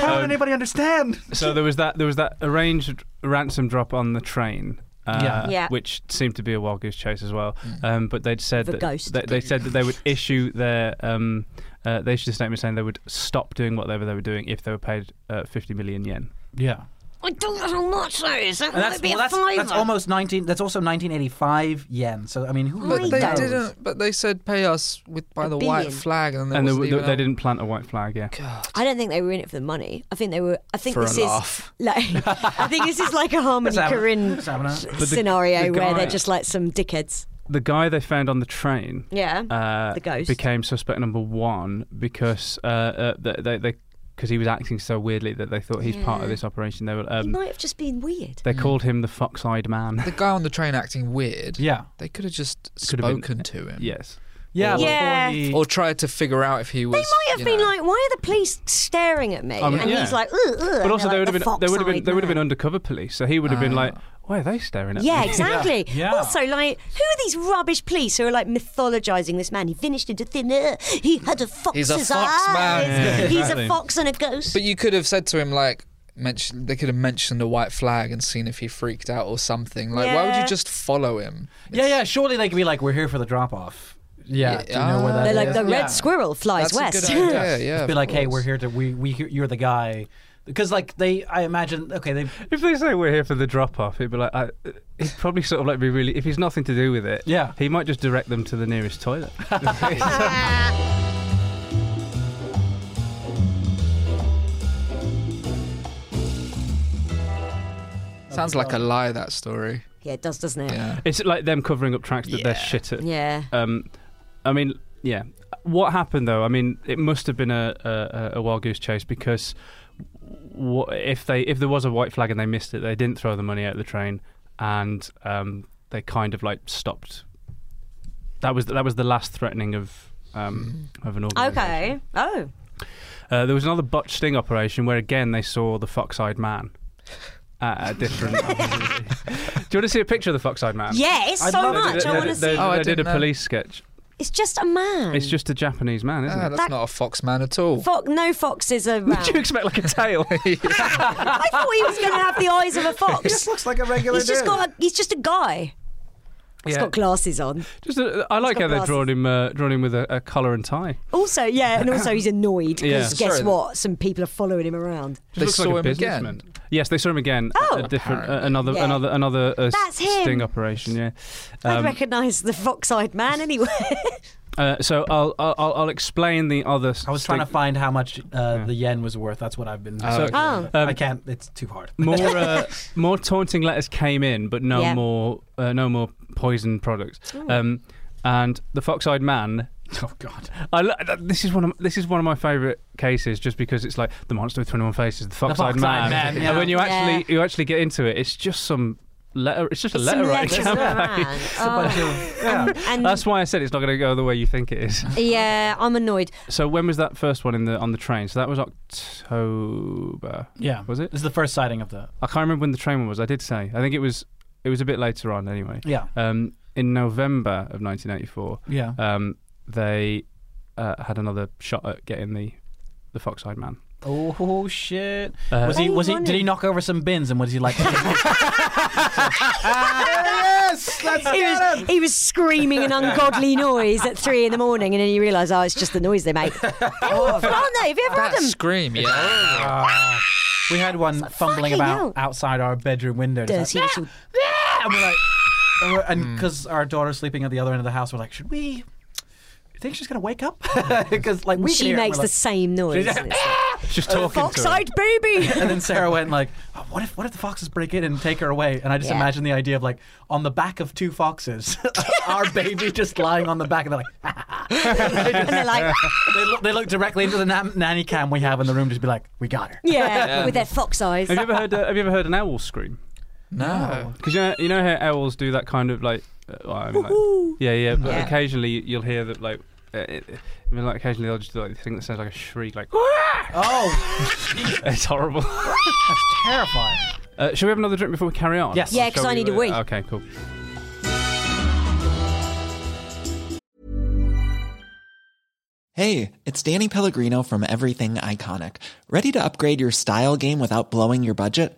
how would anybody understand?
So there was that there was that arranged ransom drop on the train. Uh,
Yeah.
Yeah.
which seemed to be a wild goose chase as well. Um, but they'd said
The
that
ghost.
They, they said that they would issue their um, uh, they issued a statement saying they would stop doing whatever they were doing if they were paid uh, fifty million yen.
Yeah.
I don't know how much that is. That
And
might
that's,
be
well,
a
that's,
fiver.
that's almost 19 that's also 1985 yen so i mean who
But
even
But they
knows?
didn't. But they said pay us with by
A
the white
billion.
flag, and,
and
they,
they, they, they didn't plant a white flag. Yeah,
I don't think they were in it for the money. I think they were. I think
For a
this is
laugh.
like. I think this is like a Harmony
Let's have-
Corinne
let's have another.
the-
scenario
the
where
guy-
they're just like some dickheads.
the guy they found on the train
Yeah.
uh,
The ghost.
became suspect number one because uh, uh, they they. they because he was acting so weirdly that they thought he's part of this operation. They were,
it
um,
might have just been weird.
they called him the fox-eyed man.
The guy on the train acting weird.
yeah
They could have just
Could have been-
spoken to him.
yes,
yeah
Or- Yeah.
before he-
Or tried to figure out if he was.
They might have
you
been
know-
like, "Why are the police staring at me?"
I mean,
and
yeah.
he's like, "Ugh, ugh,"
But
and
also,
they're
they would
like,
have been they
"The
would have been
fox-eyed
they would have been
man." Oh.
undercover police, so he would have been like, "Why are they staring at
Yeah,
me?"
exactly.
Yeah.
Also, like, who are these rubbish police who are like mythologizing this man? He vanished into thin air. He had a fox's
He's a
eyes.
fox man.
Yeah,
He's
exactly.
a fox and a ghost.
But you could have said to him like. Mention, they could have mentioned a white flag and seen if he freaked out or something. Like, why would
Yeah.
you just follow him?
yeah yeah surely they could be like we're here for the drop off yeah,
Yeah.
do you know where
Ah.
that
They're like
is?
the
Yeah.
red squirrel flies
That's a
west.
good idea. yeah,
be
of
like hey
course.
we're here to we we hear you're the guy because like they i imagine okay they
If they say we're here for the drop off, he'd be like, I, he'd probably sort of like be really. If he's nothing to do with it,
Yeah.
he might just direct them to the nearest toilet.
Sounds like a lie that story.
yeah, it does, doesn't it?
Yeah.
it's like them covering up tracks that
Yeah.
they're shit at.
Yeah.
Um, I mean, yeah. What happened though? I mean, it must have been a a, a wild goose chase because wha- if they if there was a white flag and they missed it, they didn't throw the money out of the train, and um, they kind of like stopped. That was that was the last threatening of um,
Mm-hmm.
of an organisation.
Okay. Oh.
Uh, there was another botched sting operation where again they saw the fox-eyed man. At a different. um, Do you want to see a picture of the fox-eyed man?
Yes,
I'd
so
love it.
much.
They-
I
they-
want to
They,
see.
Oh, I
they did a
didn't know.
police sketch.
It's just a man.
It's just a Japanese man, isn't
Ah,
it?
that's
That-
not a fox man at all.
Fox, no foxes around.
Did you expect like a tail?
I thought he was going to have the eyes of a fox.
looks like a regular
He's just got. A, he's just a guy. He's got glasses on.
Just a, I like
got
how they've
glasses.
drawn him, uh, drawn him with a, a collar and tie.
Also, yeah, and also he's annoyed
Yeah.
because guess
Sorry.
what? Some people are following him around.
Just
They
looks
saw
like a
him
businessman.
again?
Yes, they saw him again.
Oh.
a different, uh,
Apparently.
another,
Yeah.
another, another, uh,
That's him.
sting operation. Yeah.
I'd
Um,
recognise the fox-eyed man anyway.
uh, so I'll, I'll, I'll I'll explain the other.
i was trying to find how much uh, the yen was worth that's what i've been
Oh, okay.
oh,
i can't it's too hard
more uh, more taunting letters came in, but no
Yeah.
more uh, no more poison products. Um, and the fox-eyed man.
oh god
I lo- th- this is one of this is one of my favourite cases, just because it's like the monster with twenty one faces, the fox-eyed
fox-eyed
man.
man, yeah.
And when you
Yeah.
actually you actually get into it, it's just some letter. It's just a
It's
letter,
some
right?
letters around.
bunch
Oh.
of- yeah.
And
That's why I said it's not going to go the way you think it is.
yeah, I'm annoyed.
So when was that first one in the on the train? So that was October.
yeah.
Was it?
This is the first sighting of the.
I can't remember when the train one was. I did say. I think it was. It was a bit later on, anyway.
Yeah.
Um, in November of 1984,
Yeah.
um, they uh, had another shot at getting the the Foxhide Man.
Oh shit!
Uh-huh.
Uh,
was he?
Oh,
Was he? Did
running.
he knock over some bins and was he like? yes, let's
He
get
was,
him.
he was screaming an ungodly noise at three in the morning, and then you realise, oh, it's just the noise they make. They're
Oh,
awful, aren't they? Have you ever had
That
them?
scream, yeah.
We had one fumbling
fucking
about
hell.
outside our bedroom window. Just
Dirty
like,
little.
"Ah!" and we're like, and we're- and because our daughter's sleeping at the other end of the house, we're like, should we? You think she's gonna wake up? Because like we can
She
hear it,
makes
we're
the
like-
same noise. and it's like,
Just talking to him.
Fox-eyed baby.
And then Sarah went like, oh, "What if what if the foxes break in and take her away?" And I just
Yeah.
imagine the idea of like on the back of two foxes, our baby just lying on the back, and they're like,
and they're like,
they look, they look directly into the nam- nanny cam we have in the room, just be like, "We got her."
yeah, with their fox eyes.
Have you ever heard? Uh, have you ever heard an owl scream?
No.
Because you know, you know how owls do that kind of like, uh, well, I mean, like- yeah, yeah. But
Yeah.
occasionally you'll hear that like, uh, it, I mean, like occasionally they'll just do like the thing that sounds like a shriek, like
Oh,
it's horrible.
terrifying!
Uh, shall we have another drink before we carry on?
Yes.
Or
Yeah, 'cause
shall
I need
we,
a wee.
uh, Okay, cool.
Hey, it's Danny Pellegrino from Everything Iconic. Ready to upgrade your style game without blowing your budget?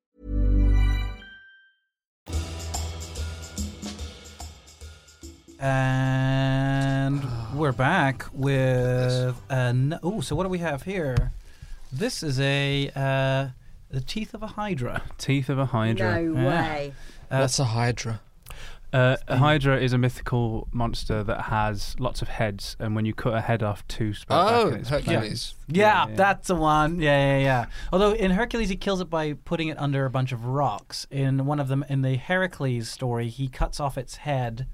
And we're back with an. Oh, so what do we have here? This is a uh, the teeth of a hydra.
Teeth of a hydra.
No way.
Oh, That's a Hydra.
Uh, a hydra is a mythical monster that has lots of heads, and when you cut a head off, two sprout back
Oh,
and it's back.
Hercules.
Yeah,
Yeah, yeah.
that's the one. Yeah, yeah, yeah. Although in Hercules he kills it by putting it under a bunch of rocks. In one of them, in the Heracles story, he cuts off its head,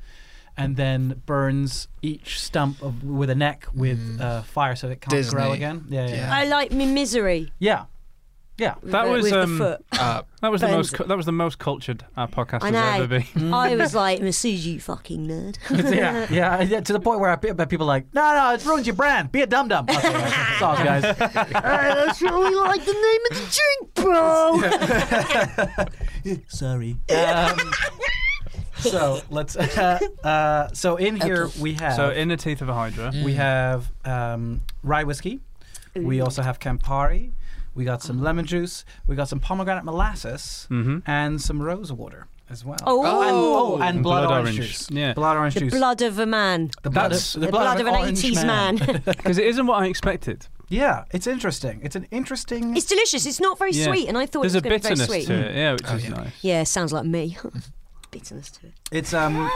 and then burns each stump of, with a neck with uh, fire, so it can't grow
Disney.
again. Yeah, yeah, yeah.
I like me misery.
yeah. yeah.
That
with,
was,
with
um,
the foot.
Uh,
That was the
Burns
most.
it.
cu- that was the most cultured our podcast
I
has
know.
ever been.
I was like, Masuji, you fucking nerd.
yeah, yeah, yeah, to the point where I, pe- people are like, no, no, it ruins your brand. Be a dum dum. Okay, that's all, guys.
that's really like the name of the drink, bro.
Sorry. Um, so let's. Uh, uh, so in here we have.
So, in the teeth of a hydra,
We have um, rye whiskey. We also have Campari. We got
Oh.
some lemon juice. We got some pomegranate molasses
Mm-hmm.
and some rose water as well.
Oh.
and, oh, and
And
blood,
blood
orange,
orange.
juice.
Yeah.
Blood orange
the
juice.
blood of a man.
the blood,
That's-
of,
The, blood, of an
orange
80s man.
because it isn't what I expected.
yeah, it's interesting. It's an interesting.
it's delicious. It's not very
Yeah.
sweet, and I thought
There's
it was
a
going to be
bitterness
very sweet.
to it, yeah, which
Oh,
is nice.
Yeah, sounds like me. bitterness to it.
It's um,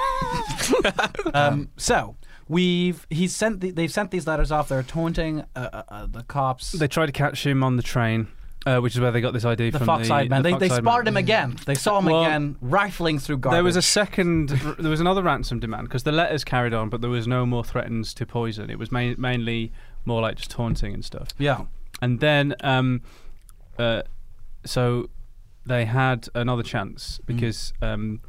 um. So we've he's sent the, they've sent these letters off. They're taunting uh, uh, uh, the cops.
They tried to catch him on the train, uh, which is where they got this idea
the
from
fox eyed man.
the
They, they
fox-eyed
spotted
man.
him again. They saw him
Well,
again, rifling through garbage.
There was a second. there was another ransom demand because the letters carried on, but there was no more threatens to poison. It was ma- mainly more like just taunting and stuff.
yeah.
And then, um, uh, so they had another chance
Mm.
because um,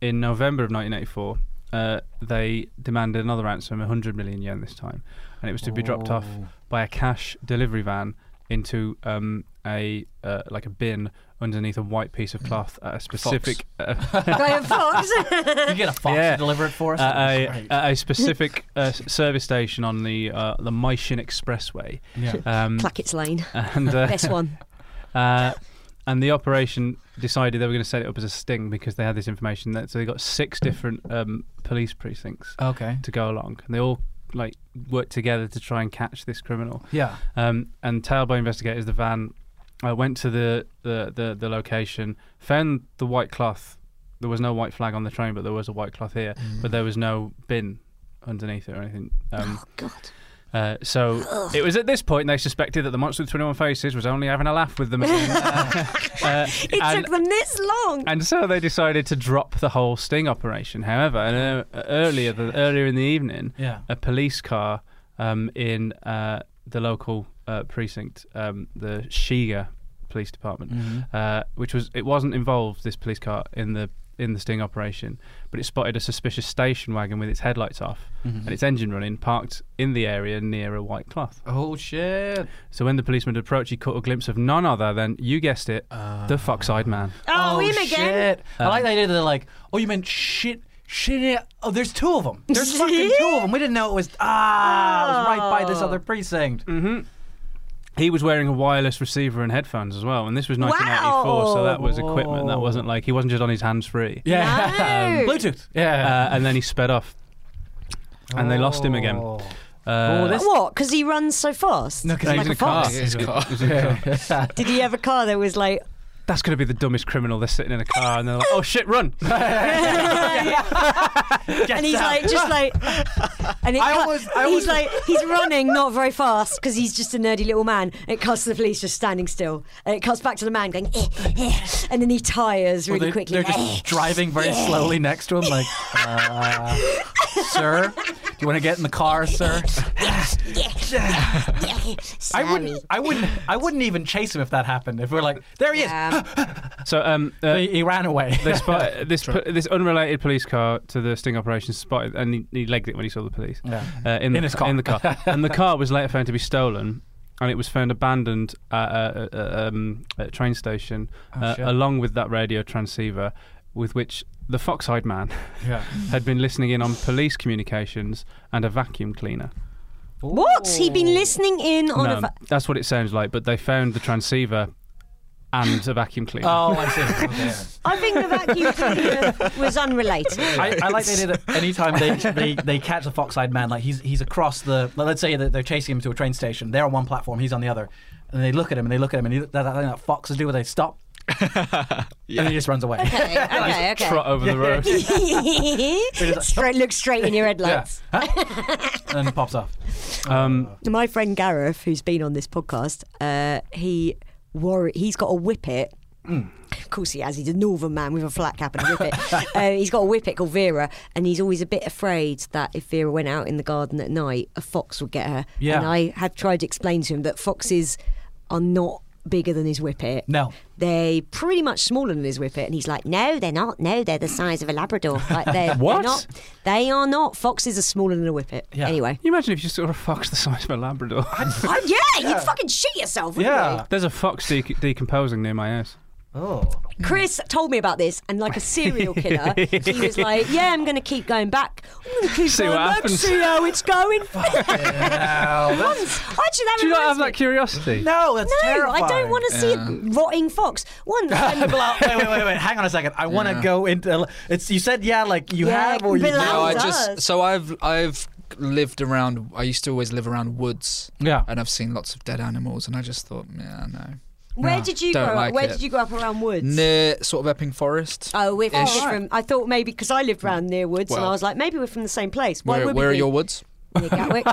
in November of 1984, uh, they demanded
Oh.
another ransom, 100 million yen this time, and it was to be dropped off by a cash delivery van into um, a uh, like a bin underneath a white piece
Mm.
of cloth at a specific uh,
Graham Fox.
You get a fox
Yeah. Uh,
to deliver it for us.
at
That's
a,
great.
at a specific uh, s- service station on the uh, the Myshyn Expressway.
Yeah.
Um,
Clackett's Lane.
and uh,
Best one.
uh, and the operation decided they were going to set it up as a sting because they had this information that so they got six different um, police precincts
okay.
to go along, and they all like worked together to try and catch this criminal.
Yeah.
Um, and Tailbone investigators, the van, uh, went to the, the, the, the location, found the white cloth. There was no white flag on the train, but there was a white cloth here, but there was no bin underneath it or anything. Um,
Mm. Oh, God.
uh, so it was at this point they suspected that the monster with 21 faces was only having a laugh with them. Again. Uh, uh,
It
and,
took them this long.
and so they decided to drop the whole sting operation. However, and, uh, earlier the, earlier in the evening,
Yeah.
a police car um, in uh, the local uh, precinct, um, the Shiga Police Department, uh, which was it wasn't involved this police car in the in the sting operation, but it spotted a suspicious station wagon with its headlights off and its engine running, parked in the area near a white cloth.
Oh shit.
So when the policeman approached, he caught a glimpse of none other than you guessed it, the fox-eyed man.
Oh, him again.
Shit. I
Uh,
like the idea that they're like, oh, you meant shit, shit. yeah. Oh, there's two of them. There's fucking two of them. We didn't know it was. Ah, it was right by
Oh.
this other precinct.
He was wearing a wireless receiver and headphones as well, and this was 1994, so that was equipment. That wasn't like he wasn't just on his hands free.
Yeah.
No.
Bluetooth.
Yeah, uh, and then he sped off, and they lost him again.
Oh.
Uh,
this-
What? Because he runs so fast?
No, 'cause
he's
like a
in a car.
fox.
He's in a- he's in a car.
Did he have a car that was like,
That's gonna be the dumbest criminal. They're sitting in a car and they're like, "Oh shit, run!"
and he's like, just like, and it
I
cut-
always- I always-
he's like, he's running not very fast because he's just a nerdy little man. It cuts to the police just standing still, and it cuts back to the man going, eh, eh, and then he tires really
Well, they,
quickly.
They're just driving very slowly next to him, like, uh, sir, do you want to get in the car, sir?
"Eh,
I wouldn't, I wouldn't, I wouldn't even chase him if that happened. If we're like, there he is,
Um,
so um, uh,
he, he ran away.
they spot, this po- this unrelated police car to the sting operation spotted, and he, he legged it when he saw the police
Yeah.
uh, in,
In
the,
his car.
In the car, and the car was later found to be stolen, and it was found abandoned at a, a, a, um, at a train station, uh,
Oh, shit.
along with that radio transceiver, with which the fox-eyed man
Yeah.
had been listening in on police communications and a vacuum cleaner.
what? He'd been listening in on
No,
a. Va-
that's what it sounds like, but they found the transceiver and a vacuum cleaner.
Oh, I see. Okay.
I think the vacuum cleaner was unrelated.
I, I like the idea that anytime they, they, they catch a fox-eyed man, like he's he's across the. Like, let's say that they're chasing him to a train station. They're on one platform, he's on the other, and they look at him and they look at him, and he, that, that thing that foxes do where they stop, and he just runs away.
Okay, okay, okay.
Trot over the road.
straight, look straight in your headlights.
and then he pops off.
Um,
My friend Gareth, who's been on this podcast, uh, he wore, he's got a whippet.
Mm.
Of course he has. He's a northern man with a flat cap and a whippet. uh, he's got a whippet called Vera, and he's always a bit afraid that if Vera went out in the garden at night, a fox would get her.
Yeah.
And I had tried to explain to him that foxes are not bigger than his whippet.
No.
They pretty much smaller than his whippet, and he's like, "No, they're not. No, they're the size of a Labrador. Like they're,
What?
They're not, they are not. Foxes are smaller than a whippet.
Yeah.
Anyway,
Can you imagine if you saw a fox the size of a Labrador?
Oh, yeah, you'd fucking shit yourself, wouldn't
Yeah.
There's a fox de- decomposing near my house.
Oh.
you? Chris told me about this, and like a serial killer, he was like, "Yeah, I'm going to keep going back. I'm going to keep
See
going
what
back,
happens."
see how it's going." Once, actually, that
Do you not have
reminds me.
that curiosity?
No, that's
no,
terrifying.
I don't want to see a rotting fox. Once,
Be
um,
like, wait, wait, wait, wait. Hang on a second. I want to go into. uh, It's you said yeah, like you
Yeah,
have or you
be like-
do.
No, I
does.
just so I've I've lived around. I used to always live around woods.
Yeah.
and I've seen lots of dead animals, and I just thought, yeah, no.
where did you
Don't
grow
like
up? Where
it.
did you grow up around woods?
Near sort of Epping Forest.
Oh, we're
Ish.
from. I thought maybe because I lived around near woods, and
Well.
I was like, maybe we're from the same place. Why
where
would
where are
we be?
your woods?
near Gatwick?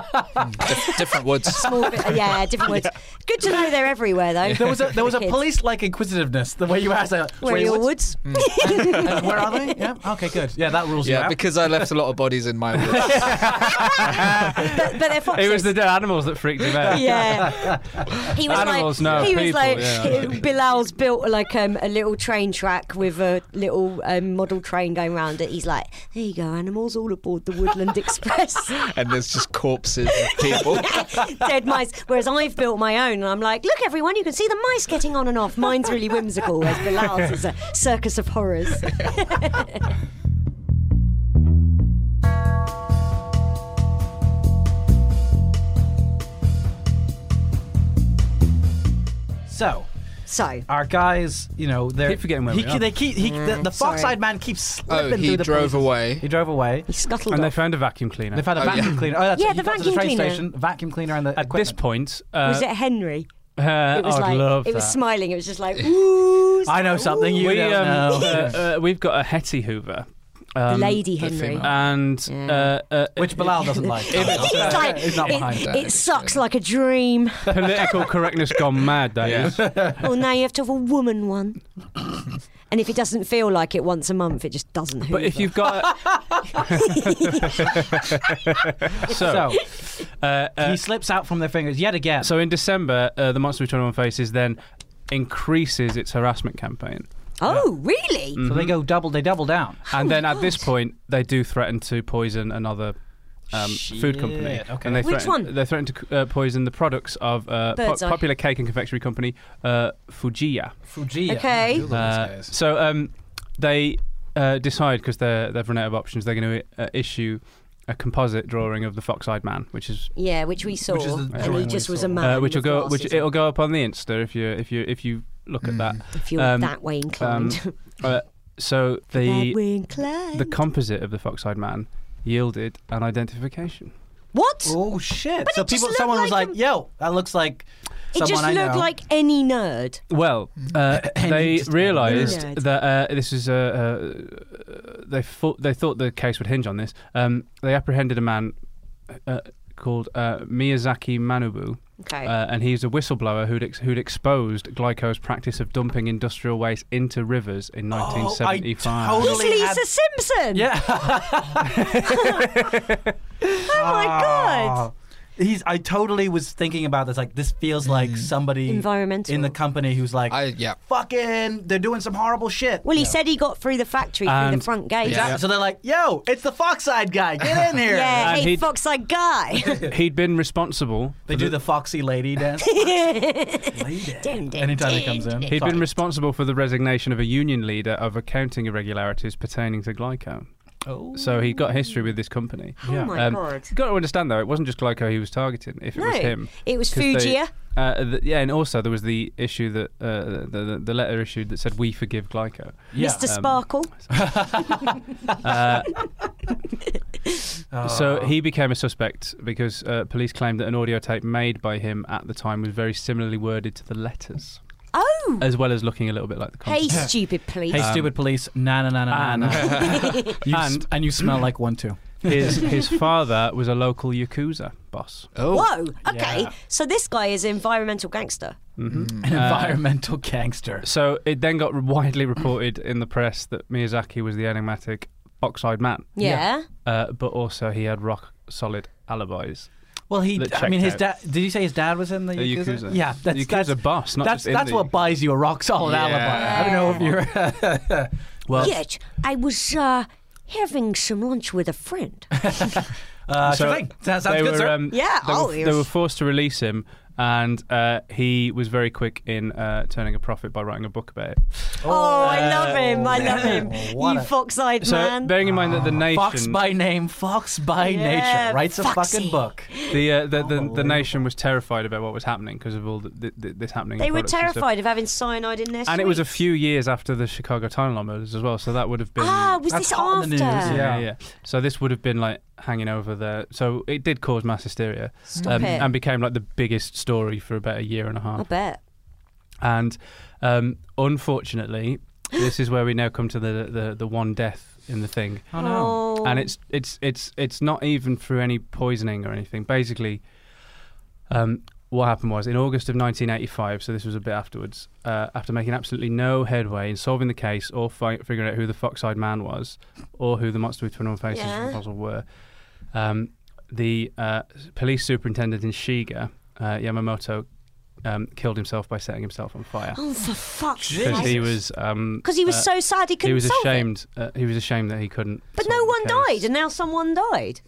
Dif- different woods.
Small bit- yeah, different woods. Good to know they're everywhere though.
There was a there was a
Kids.
police like inquisitiveness the way you asked. Like,
Where are
wait,
your
what's-
woods?
And where are they? Yeah. Okay. Good. Yeah, that rules you
Yeah,
out.
because I left a lot of bodies in my woods.
but, but they're foxes.
It was the dead animals that freaked him out.
yeah. He was
Animals,
like,
no,
he was
people,
like,
yeah.
Bilal's built like um, a little train track with a little um, model train going round it. He's like, there you go, animals, all aboard the Woodland Express.
and there's it's just corpses of people.
dead mice. Whereas I've built my own, and I'm like, look, everyone, you can see the mice getting on and off. Mine's really whimsical, whereas Bilal's is a circus of horrors.
So
so,
our guys, you know, they're
Keep forgetting where
he,
we are.
They keep he,
Mm,
the, the fox-eyed man keeps slipping
Oh, he
through the
drove
places.
away.
He drove away.
he scuttled
And they
off.
found a vacuum cleaner.
They've had a
Oh,
vacuum
yeah.
cleaner. Oh, that's
Yeah,
it.
the
You got to
vacuum
train
cleaner.
Station, vacuum cleaner and the
At this point, uh,
was it Henry?
uh,
It was
I'd
like
love
it was
that.
smiling. It was just like ooh.
I know something you
we,
don't
um,
know.
uh, uh, we've got a Hetty Hoover.
the
Um,
Lady Henry.
female.
And
Yeah.
uh, uh,
Which Bilal doesn't like.
It's like,
He's not
it-
behind
it,
that.
sucks like a dream.
political correctness gone mad, that
Yeah.
is.
Oh, now you have to have a woman one. And if it doesn't feel like it once a month, it just doesn't.
But if you've got a, so,
So
uh, uh,
he slips out from their fingers yet again.
so in December, uh, the Monster with 21 Faces then increases its harassment campaign,
oh, really?
So they go double. They double down.
and then at this point, they do threaten to poison another. Um, food company,
Shit, okay.
and they
Which
threaten,
one?
They threatened to uh, poison the products of uh, po-
Birdseye.
popular cake and confectionery company uh, Fujiya.
Fujiya.
Okay.
Google these
Uh,
guys.
so um, they uh, decide because they they've run out of options. They're going to uh, issue a composite drawing of the Fox-eyed Man, which is
Yeah, which we saw,
Which is the
and he
drawing
just
we
was
saw.
a man.
uh, which will
with
go which
Ah, glasses
it'll
on,
go up on the Insta if you if you if you look at that.
if you're
um,
that way
Um,
inclined.
Hmm.
uh, so
that
the
way inclined.
the composite of the Fox-eyed Man yielded an identification.
what?
Oh shit! so
it just
people,
looked
someone was
like
like,
a-
"Yo, that looks like
it
someone
just
I
looked
know."
like any nerd.
Well, uh, they
Just-
realised
Yeah.
that uh, this is uh, uh, they thought they thought the case would hinge on this. Um, they apprehended a man uh, called uh, Miyazaki Manubu,
Okay.
uh, and he's a whistleblower who'd ex- who'd exposed Glyco's practice of dumping industrial waste into rivers in 1975.
totally-
He's Lisa
had-
Simpson.
Yeah.
Oh my god.
Ah. He's. I totally was thinking about this. Like, this feels like somebody
Environmental.
in the company who's like,
I yeah.
"Fucking, they're doing some horrible shit."
Well, he said he got through the factory through
And-
the front gate.
Exactly. So they're like, "Yo, it's the fox-eyed guy. Get in here."
Yeah,
And
hey,
he'd-
fox-eyed guy.
He'd been responsible.
They do the foxy lady dance. Anytime he comes in,
He'd been responsible for the resignation of a union leader of accounting irregularities pertaining to Glyco.
Oh.
So he got history with this company. Um,
Oh my God.
You've got to understand, though, it wasn't just Glyco he was targeting, if it was
No,
him.
it was
'Cause they-
Fugia.
uh, th- yeah, and also there was the issue that uh, the, the, the letter issued that said, We forgive Glyco.
Yeah.
Mr.
um,
Sparkle.
Uh, So he became a suspect because uh, police claimed that an audio tape made by him at the time was very similarly worded to the letters,
Oh,
as well as looking a little bit like the
hey,
content.
stupid police.
Hey, stupid police! Na na na na
and-
na, na. You s-
and-
and you smell like one too.
His his father was a local yakuza boss.
Oh,
Whoa. Okay.
Yeah.
So this guy is an environmental gangster.
An environmental gangster.
So it then got widely reported in the press that Miyazaki was the enigmatic box-eyed man,
Yeah.
uh, but also he had rock solid alibis.
Well, he.
that
I mean, his
checked
dad. Did you say his dad was in the
The
yakuza?
Yakuza.
Yeah, that's
Yakuza
that's
boss, not
that's
just in
that's
the-
what buys you a rock solid
Yeah.
alibi. I don't know if you're.
Well,
Yes, I was uh, having some lunch with a friend.
Oh,
Uh,
So
sure thing. Sounds, sounds
they
good,
were,
sir.
Um,
Yeah,
they,
oh,
were,
it
they
was-
were forced to release him, and uh, he was very quick in uh, turning a profit by writing a book about it.
Oh, I love him. I love him.
What
you
a-
fox-eyed
oh, So,
man.
bearing in mind that the nation,
Ah, Fox by name, Fox by
Yeah,
nature, writes a
foxy.
fucking book.
the, uh, the, the the nation was terrified about what was happening because of all the, the, the- this happening. in
they were
products and stuff.
terrified of having cyanide in their
and it was a
sweets.
few years after the Chicago Tylenol murders as well. So that would have been
Ah, was
That's
this
hot
after?
in the news,
yeah,
Yeah.
yeah. So this would have been like hanging over there. So it did cause mass hysteria um,
Stop it.
and became like the biggest story for about a year and a
I
half.
bet.
And um, unfortunately, this is where we now come to the, the the one death in the thing.
Oh no.
And it's it's it's it's not even through any poisoning or anything. Basically, um, what happened was in August of 1985. So this was a bit afterwards. Uh, after making absolutely no headway in solving the case or fi- figuring out who the fox-eyed man was or who the monster with 21 faces
Yeah.
was responsible were, um, the uh, police superintendent in Shiga, uh, Yamamoto, um, killed himself by setting himself on fire
Oh, for fuck's sake.
because he was um,
Because he was
uh,
so sad he couldn't
he was
solve it.
ashamed. Uh, he was ashamed that he couldn't.
But
solve
no
the
one
case.
died, and now someone died.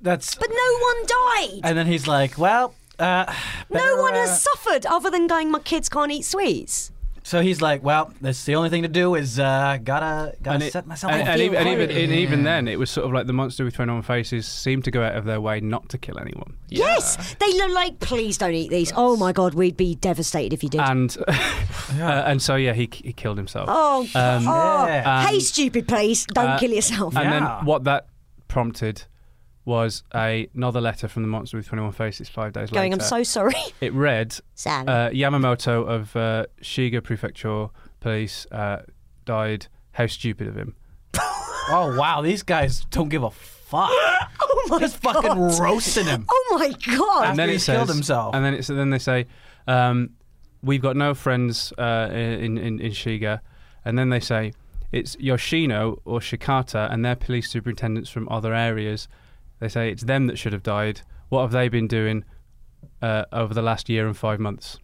That's
But no one died.
and then he's like, well, uh,
no
better,
one
uh,
has suffered other than going, my kids can't eat sweets.
So he's like, well, that's the only thing to do is uh, gotta gotta
it-
set myself
and,
on
and even, and even
fire.
and even then, it was sort of like the monster with thrown on faces seemed to go out of their way not to kill anyone.
Yes, they look like, please don't eat these. Oh my God, we'd be devastated if you did.
And uh, and so yeah, he he killed himself.
oh,
Um,
oh.
Yeah.
hey, stupid, please don't
uh,
kill yourself.
And
Yeah.
then what that prompted was a, another letter from the monster with 21 faces five days
going,
later.
I'm so sorry.
It read
Sad.
uh, Yamamoto of uh, Shiga Prefecture Police uh, died. How stupid of him.
Oh wow, these guys don't give a fuck.
oh my
Just
God.
fucking roasting him.
Oh my God.
And then
After
it
he's killed
says-
himself.
And then it's, then they say, um, "We've got no friends uh, in, in in Shiga," and then they say, "It's Yoshino or Shikata and their police superintendents from other areas." They say it's them that should have died. What have they been doing uh, over the last year and five months?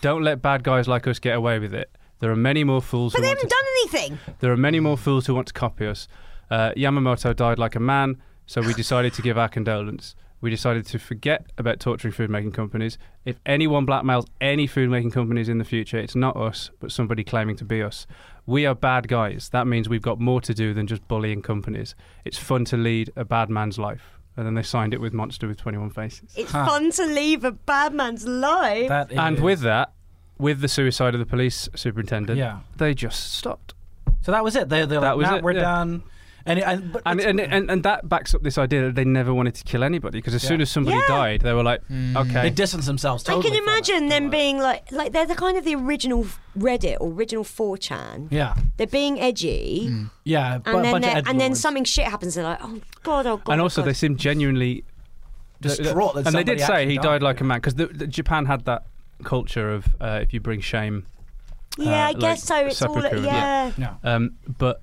Don't let bad guys like us get away with it. There are many more fools.
but
who
they
want to
haven't done anything.
there are many more fools who want to copy us. Uh, Yamamoto died like a man, so we decided to give our condolence. We decided to forget about torturing food making companies. If anyone blackmails any food making companies in the future, it's not us, but somebody claiming to be us. We are bad guys. That means we've got more to do than just bullying companies. It's fun to lead a bad man's life. And then they signed it with Monster with 21 Faces.
It's fun to leave a bad man's life.
That
and
is-
with that, with the suicide of the police superintendent,
Yeah.
they just stopped.
so that was it. They they're like,
That was
"Nah,
it,
we're
yeah.
done. And and, but
and,
it's-
and, and and that backs up this idea that they never wanted to kill anybody because as soon as somebody died, Mm. they were like,
they
okay,
distance themselves.
I
Totally
can
from it.
imagine them being like, like they're the kind of the original Reddit or original 4chan.
Yeah, Mm.
They're being edgy,
yeah. a bu-
and then
bunch of
they're- and then
edgelords.
something shit happens. They're like, oh god, oh god.
and
oh,
also
God.
they seemed genuinely
distraught. That
and they
somebody
did say
actually
he died like a man because Japan had that culture of uh, if you bring shame,
yeah,
uh,
I guess
like
so. It's all
seppuku,
yeah.
No.
um, but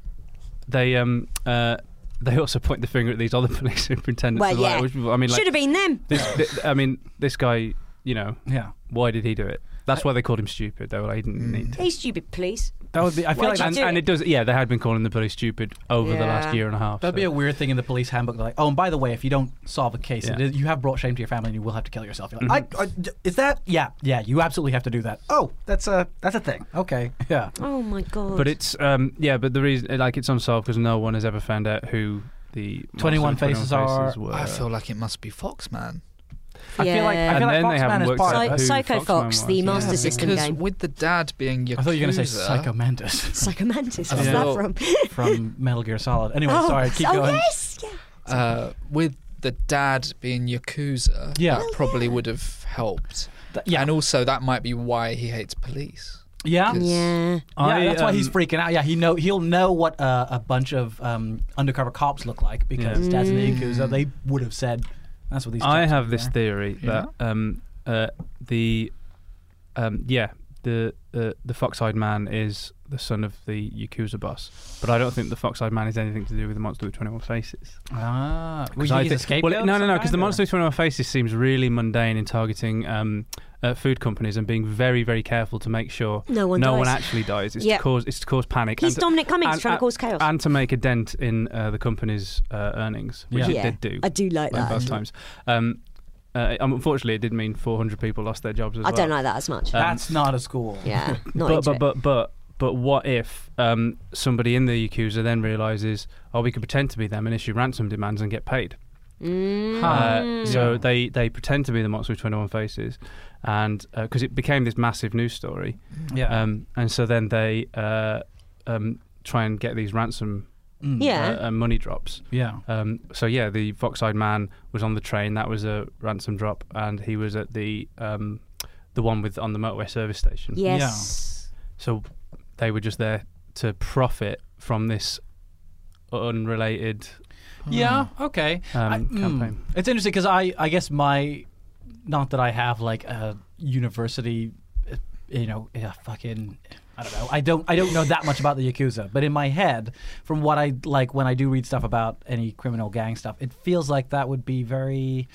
they um uh, they also point the finger at these other police superintendents.
Well,
and like,
yeah.
which- I mean,
Should
like,
have been them.
this, thi- I mean, this guy, you know,
Yeah,
why did he do it? That's why they called him stupid. They were like, he didn't need to.
Hey, stupid police.
that would be. I feel like
Why'd you
that,
and,
do
and
it?
it does, yeah. They had been calling the police stupid over the
Yeah.
last year and a half.
that'd
so-
be a weird thing in the police handbook. Like, oh, and by the way, if you don't solve a case, it
Yeah. Mm-hmm.
is, you have brought shame to your family, and you will have to kill yourself. You're like, I, I, d- is that? Yeah, yeah. You absolutely have to do that. Oh, that's a that's a thing. Okay, yeah.
Oh my god.
But it's um yeah, but the reason like it's unsolved because no one has ever found out who the
21
Monster with
Faces
21
are-
were.
I feel like it must be Foxman.
yeah.
I feel like I
And
feel
then
like
they
Foxman
haven't
is
worked
part.
out
Psy-
who
Psycho
Foxman
Fox,
was,
the
yeah.
master
because
system game.
with the dad being Yakuza,
I thought you were going to say Psychomantis
Psychomantis. What's
Yeah.
that
Oh.
from?
from Metal Gear Solid. Anyway,
oh,
sorry, keep
oh,
going.
yes. Yeah.
uh, with the dad being Yakuza,
Yeah.
that probably would have helped.
Th- yeah.
And also, that might be why he hates police.
Yeah, yeah.
'Cause-
Yeah.
I,
that's why
um,
he's freaking out. Yeah, he know he'll know what uh, a bunch of um, undercover cops look like because his Dad's in the Yakuza. They would have said that's what these.
Mm. I
jobs
have
are
this
for."
theory that um uh the um yeah the uh, the fox-eyed man is the son of the Yakuza boss, but I don't think the fox-eyed man has anything to do with the monster with 21 faces.
Ah, well,
'Cause
you
I
think he's a
think- well,
scapegoat
no, no, no, because the
sometime,
monster with 21 faces seems really mundane in targeting um, uh, food companies and being very, very careful to make sure
No one dies.
actually dies. It's
Yeah.
to cause it's to cause panic.
He's
and to-
Dominic Cummings
and-
trying
and-
to cause chaos.
and to make a dent in uh, the company's uh, earnings, which
Yeah.
it
Yeah,
did do.
I do like that.
both times. Um, uh, um, unfortunately, it did mean 400 people lost their jobs. As
I don't
well.
like that as much.
Uh,
That's not a school.
yeah. Not
But but,
into it.
but but but what if um, somebody in the Yakuza then realizes, oh, we could pretend to be them and issue ransom demands and get paid.
Mm.
Ah.
Uh, so they, they pretend to be the monster with 21 faces and because it became this massive news story
Mm. Yeah.
um, and so then they uh, um, try and get these ransom
yeah.
uh, uh, money drops
yeah.
um, so yeah the fox-eyed man was on the train that was a ransom drop and he was at the um, the one with on the motorway service station
yes.
so they were just there to profit from this unrelated
Yeah. Okay.
um,
I- mm.
campaign
It's interesting because I, I guess my, not that I have like a university, uh, you know, yeah, fucking, I don't know. I don't, I don't know that much about the yakuza, but in my head, from what I like when I do read stuff about any criminal gang stuff, it feels like that would be very.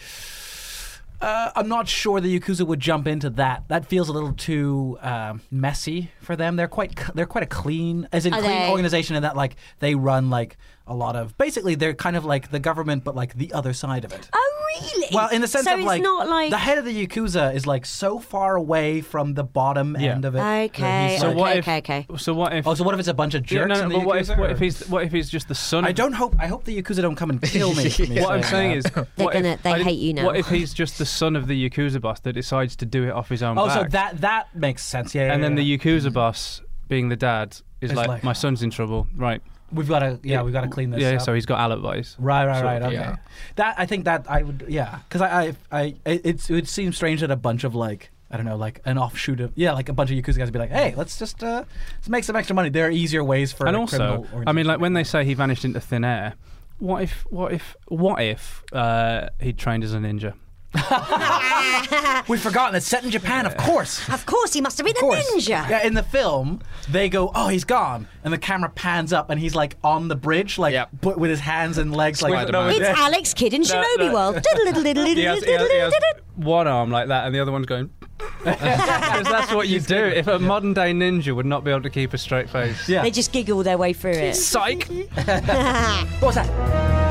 Uh, I'm not sure the yakuza would jump into that. That feels a little too um, messy for them. They're quite, c- they're quite a clean, as in
Are
clean
they?
organization, in that like they run like a lot of. Basically, they're kind of like the government, but like the other side of it.
Oh, really?
Well, in the sense
so
of
it's
like,
not like
the head of the yakuza is like so far away from the bottom
Yeah.
end of it. that he's,
Okay,
like-
So what
Okay,
if?
okay, okay.
So what if?
oh, so what if it's a bunch of
Yeah,
jerks?
no, no,
in the
but what if,
Yakuza,
what
or-
if he's what if he's just the son?
I
of-
don't hope. I hope the yakuza don't come and kill me. for me
What I'm
that.
saying is, they're what
gonna-
If,
they
I didn't-
hate you now.
What if he's just the son of the yakuza boss that decides to do it off his own
Oh,
back?
so that that makes sense. Yeah.
and
yeah,
then
yeah.
the yakuza boss, being the dad, is
It's
like,
like,
my
oh.
son's in trouble, right?
we've got to yeah we've got to clean this.
yeah,
up.
so he's got alibis.
Right, right,
So,
right. Okay,
yeah.
that I think that I would, yeah, because I, I, I, it, it's- it would seem strange that a bunch of like, I don't know, like an offshoot of, yeah, like a bunch of yakuza guys would be like, hey, let's just, uh, let's make some extra money. There are easier ways for
and
a
also,
criminal
I mean, like
organization.
when they say he vanished into thin air, what if, what if, what if uh, he trained as a ninja?
we've forgotten it's set in Japan, of course.
Of course, he must have been
Of
a
course.
ninja.
Yeah, in the film, they go, "Oh, he's gone," and the camera pans up, and he's like on the bridge, like
Yep.
but with his hands and legs, like
Spider-Man.
It's
Yeah.
Alex Kidd in Shinobi
no.
World. Diddle-diddle-diddle-diddle-diddle-diddle-diddle.
He has, he has- he has one arm like that, and the other one's going. 'Cause that's what you do. If a modern day ninja would not be able to keep a straight face.
Yeah.
They just giggle their way through it.
Psych.
What was that?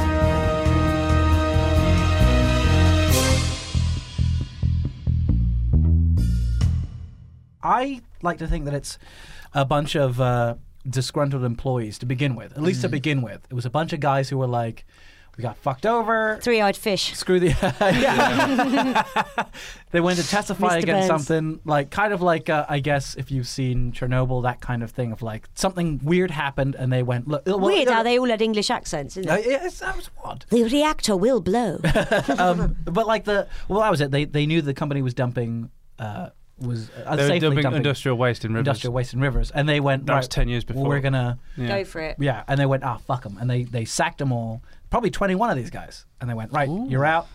I like to think that it's a bunch of uh, disgruntled employees to begin with. At
Mm-hmm.
least to begin with, it was a bunch of guys who were like, "We got fucked over."
Three-eyed fish.
Screw the. Yeah. they went to testify
Mr.
against
Burns.
something like kind of like uh, I guess if you've seen Chernobyl, that kind of thing of like something weird happened and they went look. uh, well,
Weird
no,
how they all had English accents, isn't
uh,
it?
yeah, it's- that was odd.
The reactor will blow.
Um, but like the well, that was it. They they knew the company was dumping uh, was uh,
They were
safely
dumping,
dumping
industrial waste in rivers.
industrial waste in rivers, and they went.
That was
"Right,
10 years
well,
before.
we're gonna
Yeah.
Go for it.
yeah, and they went ah fuck them, and they they sacked them all. Probably twenty one of these guys, and they went right, you're out.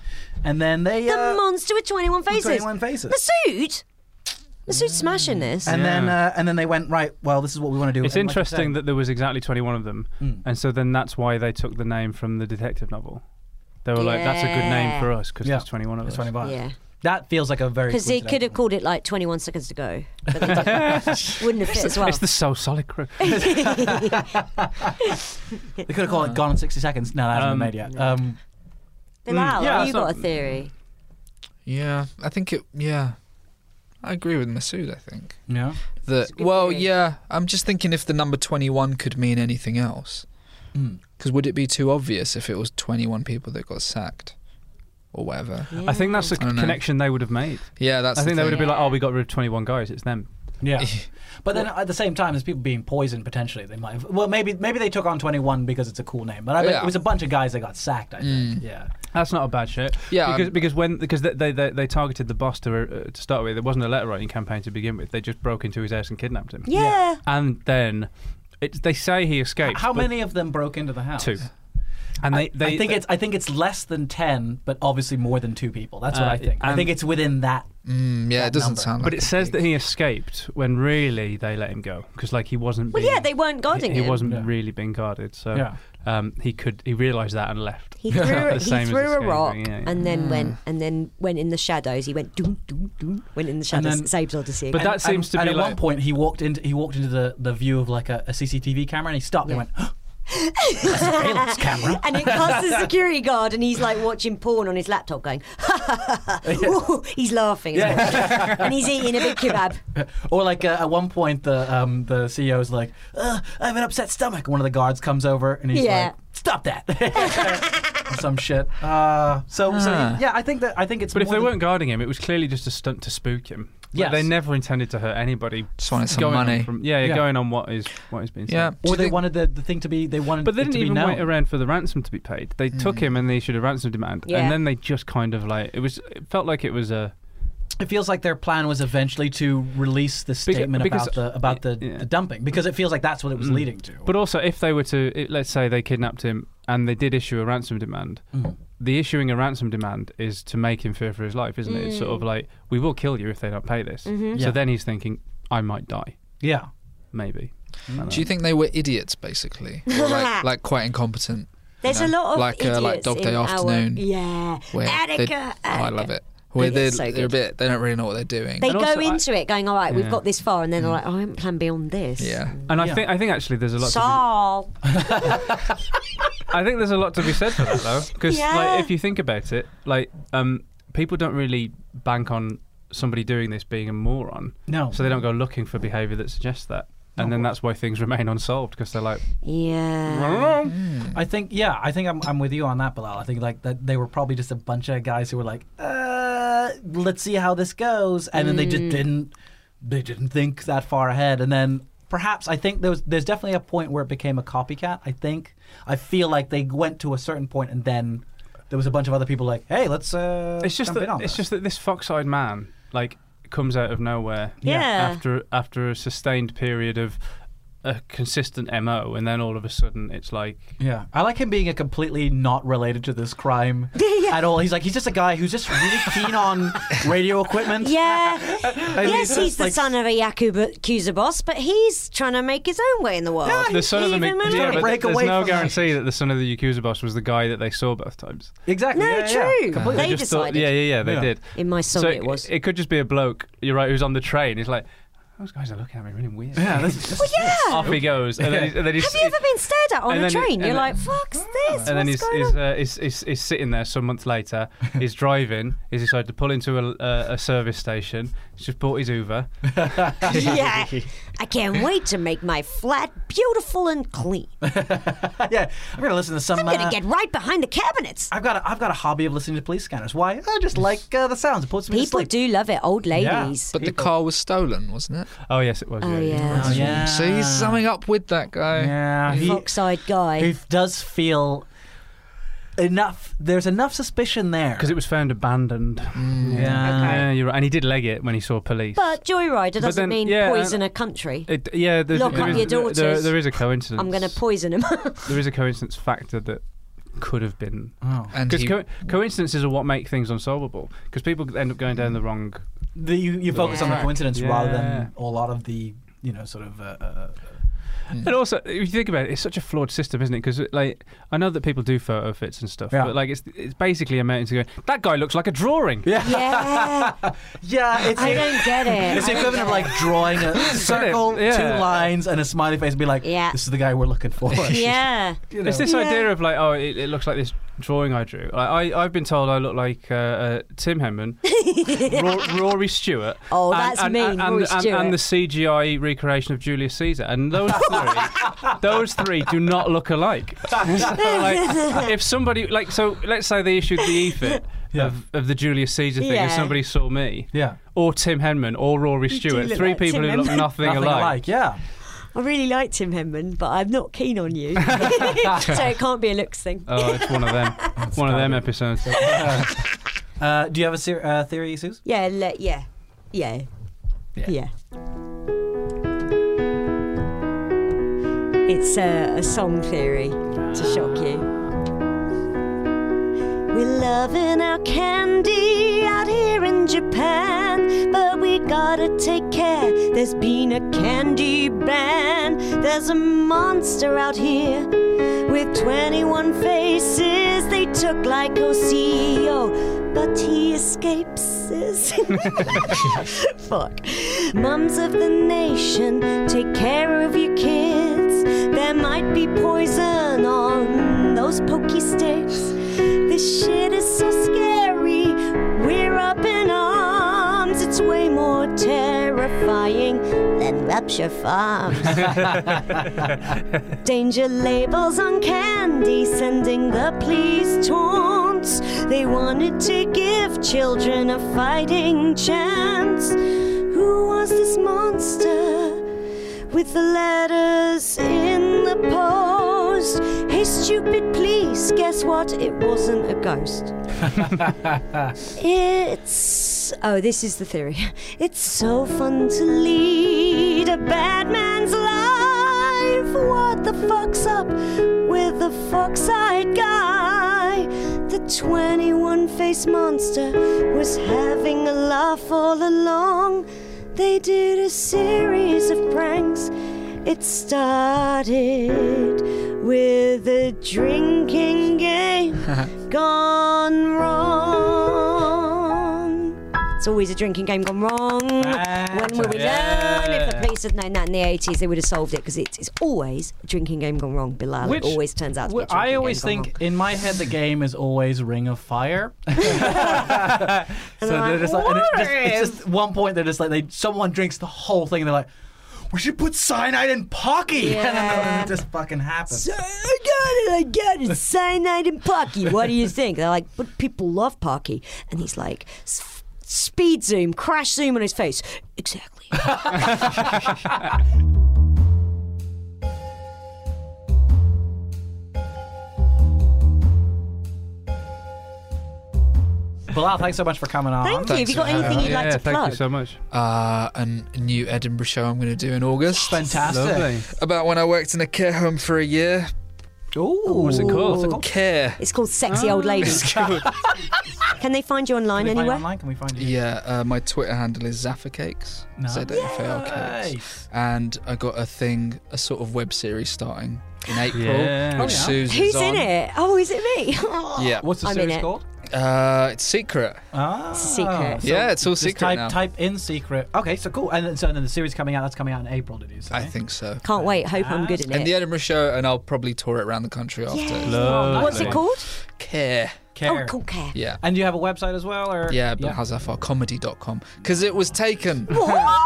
And then they
The
uh,
monster with 21 faces.
21 faces.
The suit. The suit's smashing this.
and then
Yeah.
uh, and then they went right. Well, this is what we want to do.
It's
And like you
interesting
said-
that there was exactly 21 of them, and so then that's why they took the name from the detective novel. They were like, "That's a good name
Yeah.
for us because
Yeah.
there's 21 of
It's
us."
25.
Yeah.
That feels like a very
Because they could
coincidental-
have called it like 21 seconds to go. But they didn't. Wouldn't have fit as well.
It's the So Solid crew.
they could have
Uh.
called it "Gone in 60 Seconds." No, that hasn't
Um,
been made yet. Um,
Bilal,
yeah,
have
it's
you
not-
got a theory?
Yeah, I think it. Yeah, I agree with Masood. I think
yeah.
that.
good
Well,
theory.
yeah, I'm just thinking if the number 21 could mean anything else.
Hmm.
Because would it be too obvious if it was 21 people that got sacked, or whatever?
I think that's the
I don't know.
connection they would have made.
Yeah, that's.
I think
the
they would have
thing.
been like, "Oh, we got rid of 21 guys. It's them."
Yeah, but then at the same time, there's people being poisoned potentially. They might have. Well, maybe maybe they took on 21 because it's a cool name, but I bet
Yeah.
it was a bunch of guys that got sacked. I think.
Mm.
Yeah.
That's not a bad shit.
Yeah,
because
I'm-
because when because they they, they, they targeted the boss to uh, to start with. There wasn't a letter writing campaign to begin with. They just broke into his house and kidnapped him.
Yeah.
and then it, they say he escaped.
How
but
many of them broke into the house?
Two. And they, they
I think it's I think it's less than 10, but obviously more than two people. That's what
Uh,
I think. I
and-
think it's within that.
Mm, yeah, it doesn't
number.
sound. like
But it says that he escaped when really they let him go because like he wasn't.
Well,
being,
yeah, they weren't guarding
he,
him.
He wasn't
Yeah.
really being guarded, so
Yeah.
um, he could he realised that and left.
He threw,
The
he
same as
threw a
escaping,
rock
yeah, yeah.
and
Hmm.
then went and then went in the shadows. He went doom doom doom. Went in the
And
shadows.
then-
Saves Odyssey.
But
again.
that seems
and,
to
and
be
at
like
one point he walked into he walked into the, the view of like a, a CCTV camera and he stopped and went, "That's a surveillance camera.
and it cuts the security guard, and he's like watching porn on his laptop, going, Ooh, he's laughing, as well. and he's eating a big kebab.
Or like uh, at one point the um, the CEO's like, Ugh, I have an upset stomach. One of the guards comes over and he's
Yeah.
like, stop that. Some shit. Uh, so so yeah, I think that I think it's.
But if
more
they
than-
weren't guarding him, it was clearly just a stunt to spook him. Yeah,
Yes.
they never intended to hurt anybody.
Just wanted some
going on
money.
From, yeah,
Yeah.
going on what is what is being said.
Yeah. Do
or
you
they
think-
wanted the, the thing to be they wanted.
But they
it
didn't
to be
even
known.
wait around for the ransom to be paid. They
Mm.
took him and they should have ransomed him, and,
Yeah.
and then they just kind of like it was. It felt like it was a
It feels like their plan was eventually to release the statement
because-
about the about the,
yeah. Mm.
the dumping because it feels like that's what it was leading to.
But also, if they were to, it- let's say they kidnapped him and they did issue a ransom demand,
Mm.
the issuing a ransom demand is to make him fear for his life, isn't it? It's sort of like, we will kill you if they don't pay this. So
Mm. Mm-hmm. Yeah.
then he's thinking, I might die,
yeah,
maybe.
Do you think they were idiots, basically, or like, like quite incompetent?
There's a
know,
lot of
like, uh,
idiots
like Dog Day
in our-
Afternoon.
yeah,
Where they-
Attica,
oh, I love
Attica.
it. Where
Yeah,
they're,
it's so
they're a
good.
bit, they don't really know what they're doing.
They
And
go
also I-
into it going, all right,
Yeah.
we've got this far, and then they're like, oh, I haven't planned beyond this.
Hmm. yeah,
And I
Yeah.
think I think actually there's a lot. To
Saul.
I think there's a lot to be said for that though, because
Yeah.
like if you think about it, like um, people don't really bank on somebody doing this being a moron.
No.
So they don't go looking for behaviour that suggests that, and then that's why things remain unsolved because they're like,
Yeah.
I don't know.
I think, yeah, I think I'm, I'm with you on that, Bilal. I think like that they were probably just a bunch of guys who were like, uh, let's see how this goes, and then they
Mm.
just didn't, they didn't think that far ahead, and then perhaps I think there was, there's definitely a point where it became a copycat. I think I feel like they went to a certain point, and then there was a bunch of other people like, hey, let's. Uh,
It's just
jump in
that
on
it's
this."
just that this fox-eyed man like comes out of nowhere.
Yeah.
After after a sustained period of a consistent mo, and then all of a sudden it's like
Yeah, I like him being a completely not related to this crime at all. He's like he's just a guy who's just really keen on radio equipment.
Yeah.
mean,
yes, he's the
like-
son of a Yakuza Yakuza boss, but he's trying to make his own way in the world.
the son of the
Leave
Mi-
him alone.
yeah, but
break
there's
away
no
from that.
guarantee that the son of the Yakuza boss was the guy that they saw both times.
Exactly.
No,
yeah, yeah, yeah.
true.
Completely.
They
just thought-
decided.
yeah, yeah, yeah, they
Yeah.
did.
In my song,
so
it was.
It could just be a bloke. You're right. Who's on the train? He's like, those guys are looking at me really weird. Yeah,
yeah.
off he goes, and then, he's- and then he's.
Have you ever been stared at on
and
a
then-
train?
and
You're
then-
like, fuck's this?
and then
What's
he's
going
he's,
on?
uh, he's, he's, he's sitting there some months later. He's driving. He's decided to pull into a, a, a service station. He's just bought his Uber.
yeah. I can't wait to make my flat beautiful and clean.
yeah, I'm gonna listen to some.
I'm gonna
uh,
get right behind the cabinets.
I've got a, I've got a hobby of listening to police scanners. Why? I just like uh, the sounds. It puts me to
People
sleep.
do love it, old ladies.
But the car was stolen, wasn't it?
Oh yes, it was.
Oh yeah.
Oh, yeah.
See, he's summing up with that guy.
Yeah, he,
Fox-eyed guy.
he does feel enough. There's enough suspicion there.
Because it was found abandoned.
Yeah.
Yeah, you're right. And he did leg it when he saw police.
But Joyrider doesn't
then-
mean
yeah,
poison
uh,
a country.
It, yeah, there's,
Lock
there
up
is- there-
your
there-
daughters.
there is a coincidence.
I'm gonna poison him.
There is a coincidence factor that could have been.
Oh. And
Because
he,
co- coincidences are what make things unsolvable. Because people end up going down the wrong.
The, you, you focus on the
Yeah.
coincidence rather than
Yeah.
a lot of the you know sort of. Uh, uh,
And also, if you think about it, it's such a flawed system, isn't it? Because like, I know that people do photo fits and stuff,
Yeah.
but like, it's it's basically amounting to going. That guy looks like a drawing.
yeah.
yeah, it's
I don't get it.
It's
I
the equivalent
don't
of
get
like drawing a circle,
Yeah.
two lines, and a smiley face, and be like,
Yeah.
"This is the guy we're looking for."
it. Yeah.
You know.
It's this idea of like, oh, it, it looks like this drawing I drew. Like, I I've been told I look like uh, uh, Tim Henman, Ro- Rory Stewart.
Oh, that's
and,
mean,
and, and,
Rory
and,
Stewart.
and the CGI recreation of Julius Caesar, and those three, those three do not look alike. like, if somebody like, so let's say they issued the E EFIT
Yeah.
of, of the Julius Caesar thing,
Yeah.
and somebody saw me.
Yeah.
Or Tim Henman, or Rory
do
Stewart,
look
three
like
people
Tim
who look
Henman.
nothing,
Nothing alike. yeah.
I really like Tim Henman, but I'm not keen on you. so it can't be a looks thing.
Oh, it's one of them, one of them episodes.
Uh, do you have a ser- uh, theory, Suze?
Yeah, le- yeah. Yeah. Yeah. It's a, a song theory to shock you. We're loving our candy out here in Japan, but we gotta take care. There's been a candy ban. There's a monster out here with 21 faces. They took like OCO, but he escapes. us. Fuck. Mums of the nation, take care of your kids. There might be poison on those pokey sticks. This shit is so scary. We're up in arms. It's way more terrifying than Rapture Farms. Danger labels on candy, sending the police taunts. They wanted to give children a fighting chance. Who was this monster with the letters in the post? Hey, stupid, please, guess what? It wasn't a ghost. It's. Oh, this is the theory. It's so fun to lead a bad man's life. What the fuck's up with the fox eyed guy? The 21 face monster was having a laugh all along. They did a series of pranks. It started with a drinking game gone wrong. It's always a drinking game gone wrong. when will we learn if the police had known that in the 80s, they would have solved it because it's, it's always a drinking game gone wrong. Bilal
Which-
it always turns out to be a
Well,
drinking
I
game
always
gone
think
wrong.
in my head the game is always Ring of Fire. so they're just like, and it's just, it's just one point they're just like they someone drinks the whole thing and they're like, we should put cyanide in Pocky, and then
Yeah.
it just fucking happens.
So, I got it, I got it. Cyanide and Pocky. What do you think? They're like, but people love Pocky. And he's like, "S- speed zoom, crash zoom on his face. Exactly.
Bilal, thanks so much for coming on.
Thank you. Have you got anything you'd
Oh, yeah,
like to
thank
plug?
you so much.
Uh, a new Edinburgh show I'm going to do in August.
Fantastic.
Lovely.
About when I worked in a care home for a year.
Ooh,
What's it called? What's it called?
Care.
It's called Sexy Old Ladies. Oh, Can they find you online
Can we find you
anywhere?
online? Can we find you?
Yeah, uh, my Twitter handle is Zaffa Cakes. Z-A-F-A-R Cakes.
Nice.
and I got a thing, a sort of web series starting in April,
Yeah.
which
Oh, yeah.
Susan's
Who's
on.
in it? Oh, is it me? Oh.
Yeah,
What's the
I'm in
series
it.
called?
uh, it's secret.
Ah,
Secret.
Yeah, it's all
just
secret
type,
now.
Type in secret. Okay, so cool. And then- so then the series coming out. That's coming out in April. Did you say?
I think so.
Can't wait. Hope I'm good in
And
it.
the Edinburgh show, and I'll probably tour it around the country after.
Lovely.
What's it called?
Care.
Oh,
Care.
cool care.
Yeah.
And you have a website as well, or
Yeah, but how's that for comedy.com? Because it was taken.
What?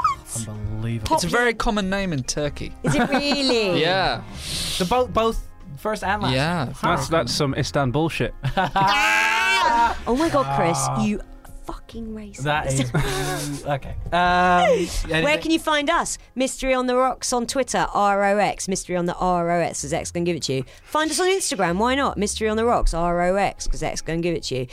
unbelievable.
It's a very common name in Turkey.
Is it really?
Yeah.
So both, both first and last.
Yeah.
That's that's some Istanbul shit.
Oh my God, Chris, you fucking racist.
That is okay. Um,
Where can you find us? Mystery on the Rocks on Twitter, ROX. Mystery on the ROX, because X going to give it to you. Find us on Instagram, why not? Mystery on the Rocks, ROX, because X going to give it to you.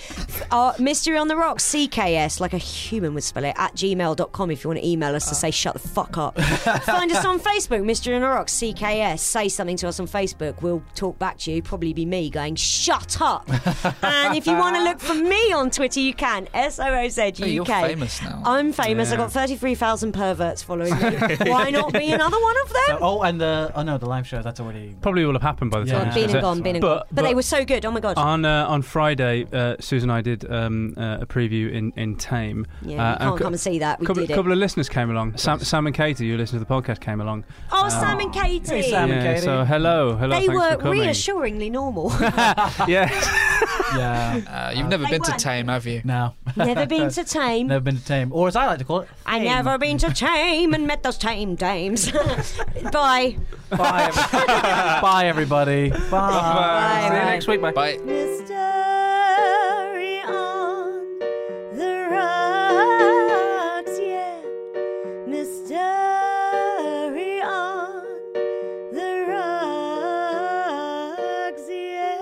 Uh, Mystery on the Rocks, CKS, like a human would spell it, at gmail.com if you want to email
Uh.
us to say shut the fuck up. find us on Facebook, Mystery on the Rocks, CKS. Say something to us on Facebook. We'll talk back to you. Probably be me going, shut up. and if you want to look for me on Twitter, you can. S O O Z UK.
Hey, you're famous now.
I'm famous. I
Yeah.
got 33,000 perverts following me. Why not be another one of them?
Oh, and the oh no, the live show. That's already.
Probably will have happened by the
Yeah.
time.
Gone,
this
been
is
and
it.
gone, been and
uh, But-
gone. But, they
but-
were so good. Oh my god.
On uh, on Friday, uh, Susan and I did um, uh, a preview in in Tame.
Yeah,
uh,
you can't
cou-
come and see that. We
couple,
did it.
couple of listeners came along. Sam, Sam and Katie, who listen to the podcast, came along.
oh, Sam and Katie.
Hey, Sam. and
yeah,
Katie.
so hello, hello.
They
thanks
were
for coming.
reassuringly normal.
yeah,
Yeah.
Uh, you've never
They
been to
won.
Tame, have you?
no.
never been to tame.
Never been to tame, or as I like to call it,
I
tame.
never been to tame and met those tame dames. Bye.
Bye, everybody. Bye, everybody. Bye.
Bye.
See you
Bye.
next week. Bye.
Bye.
Mystery on the rocks, yeah. Mystery on the rocks, yeah.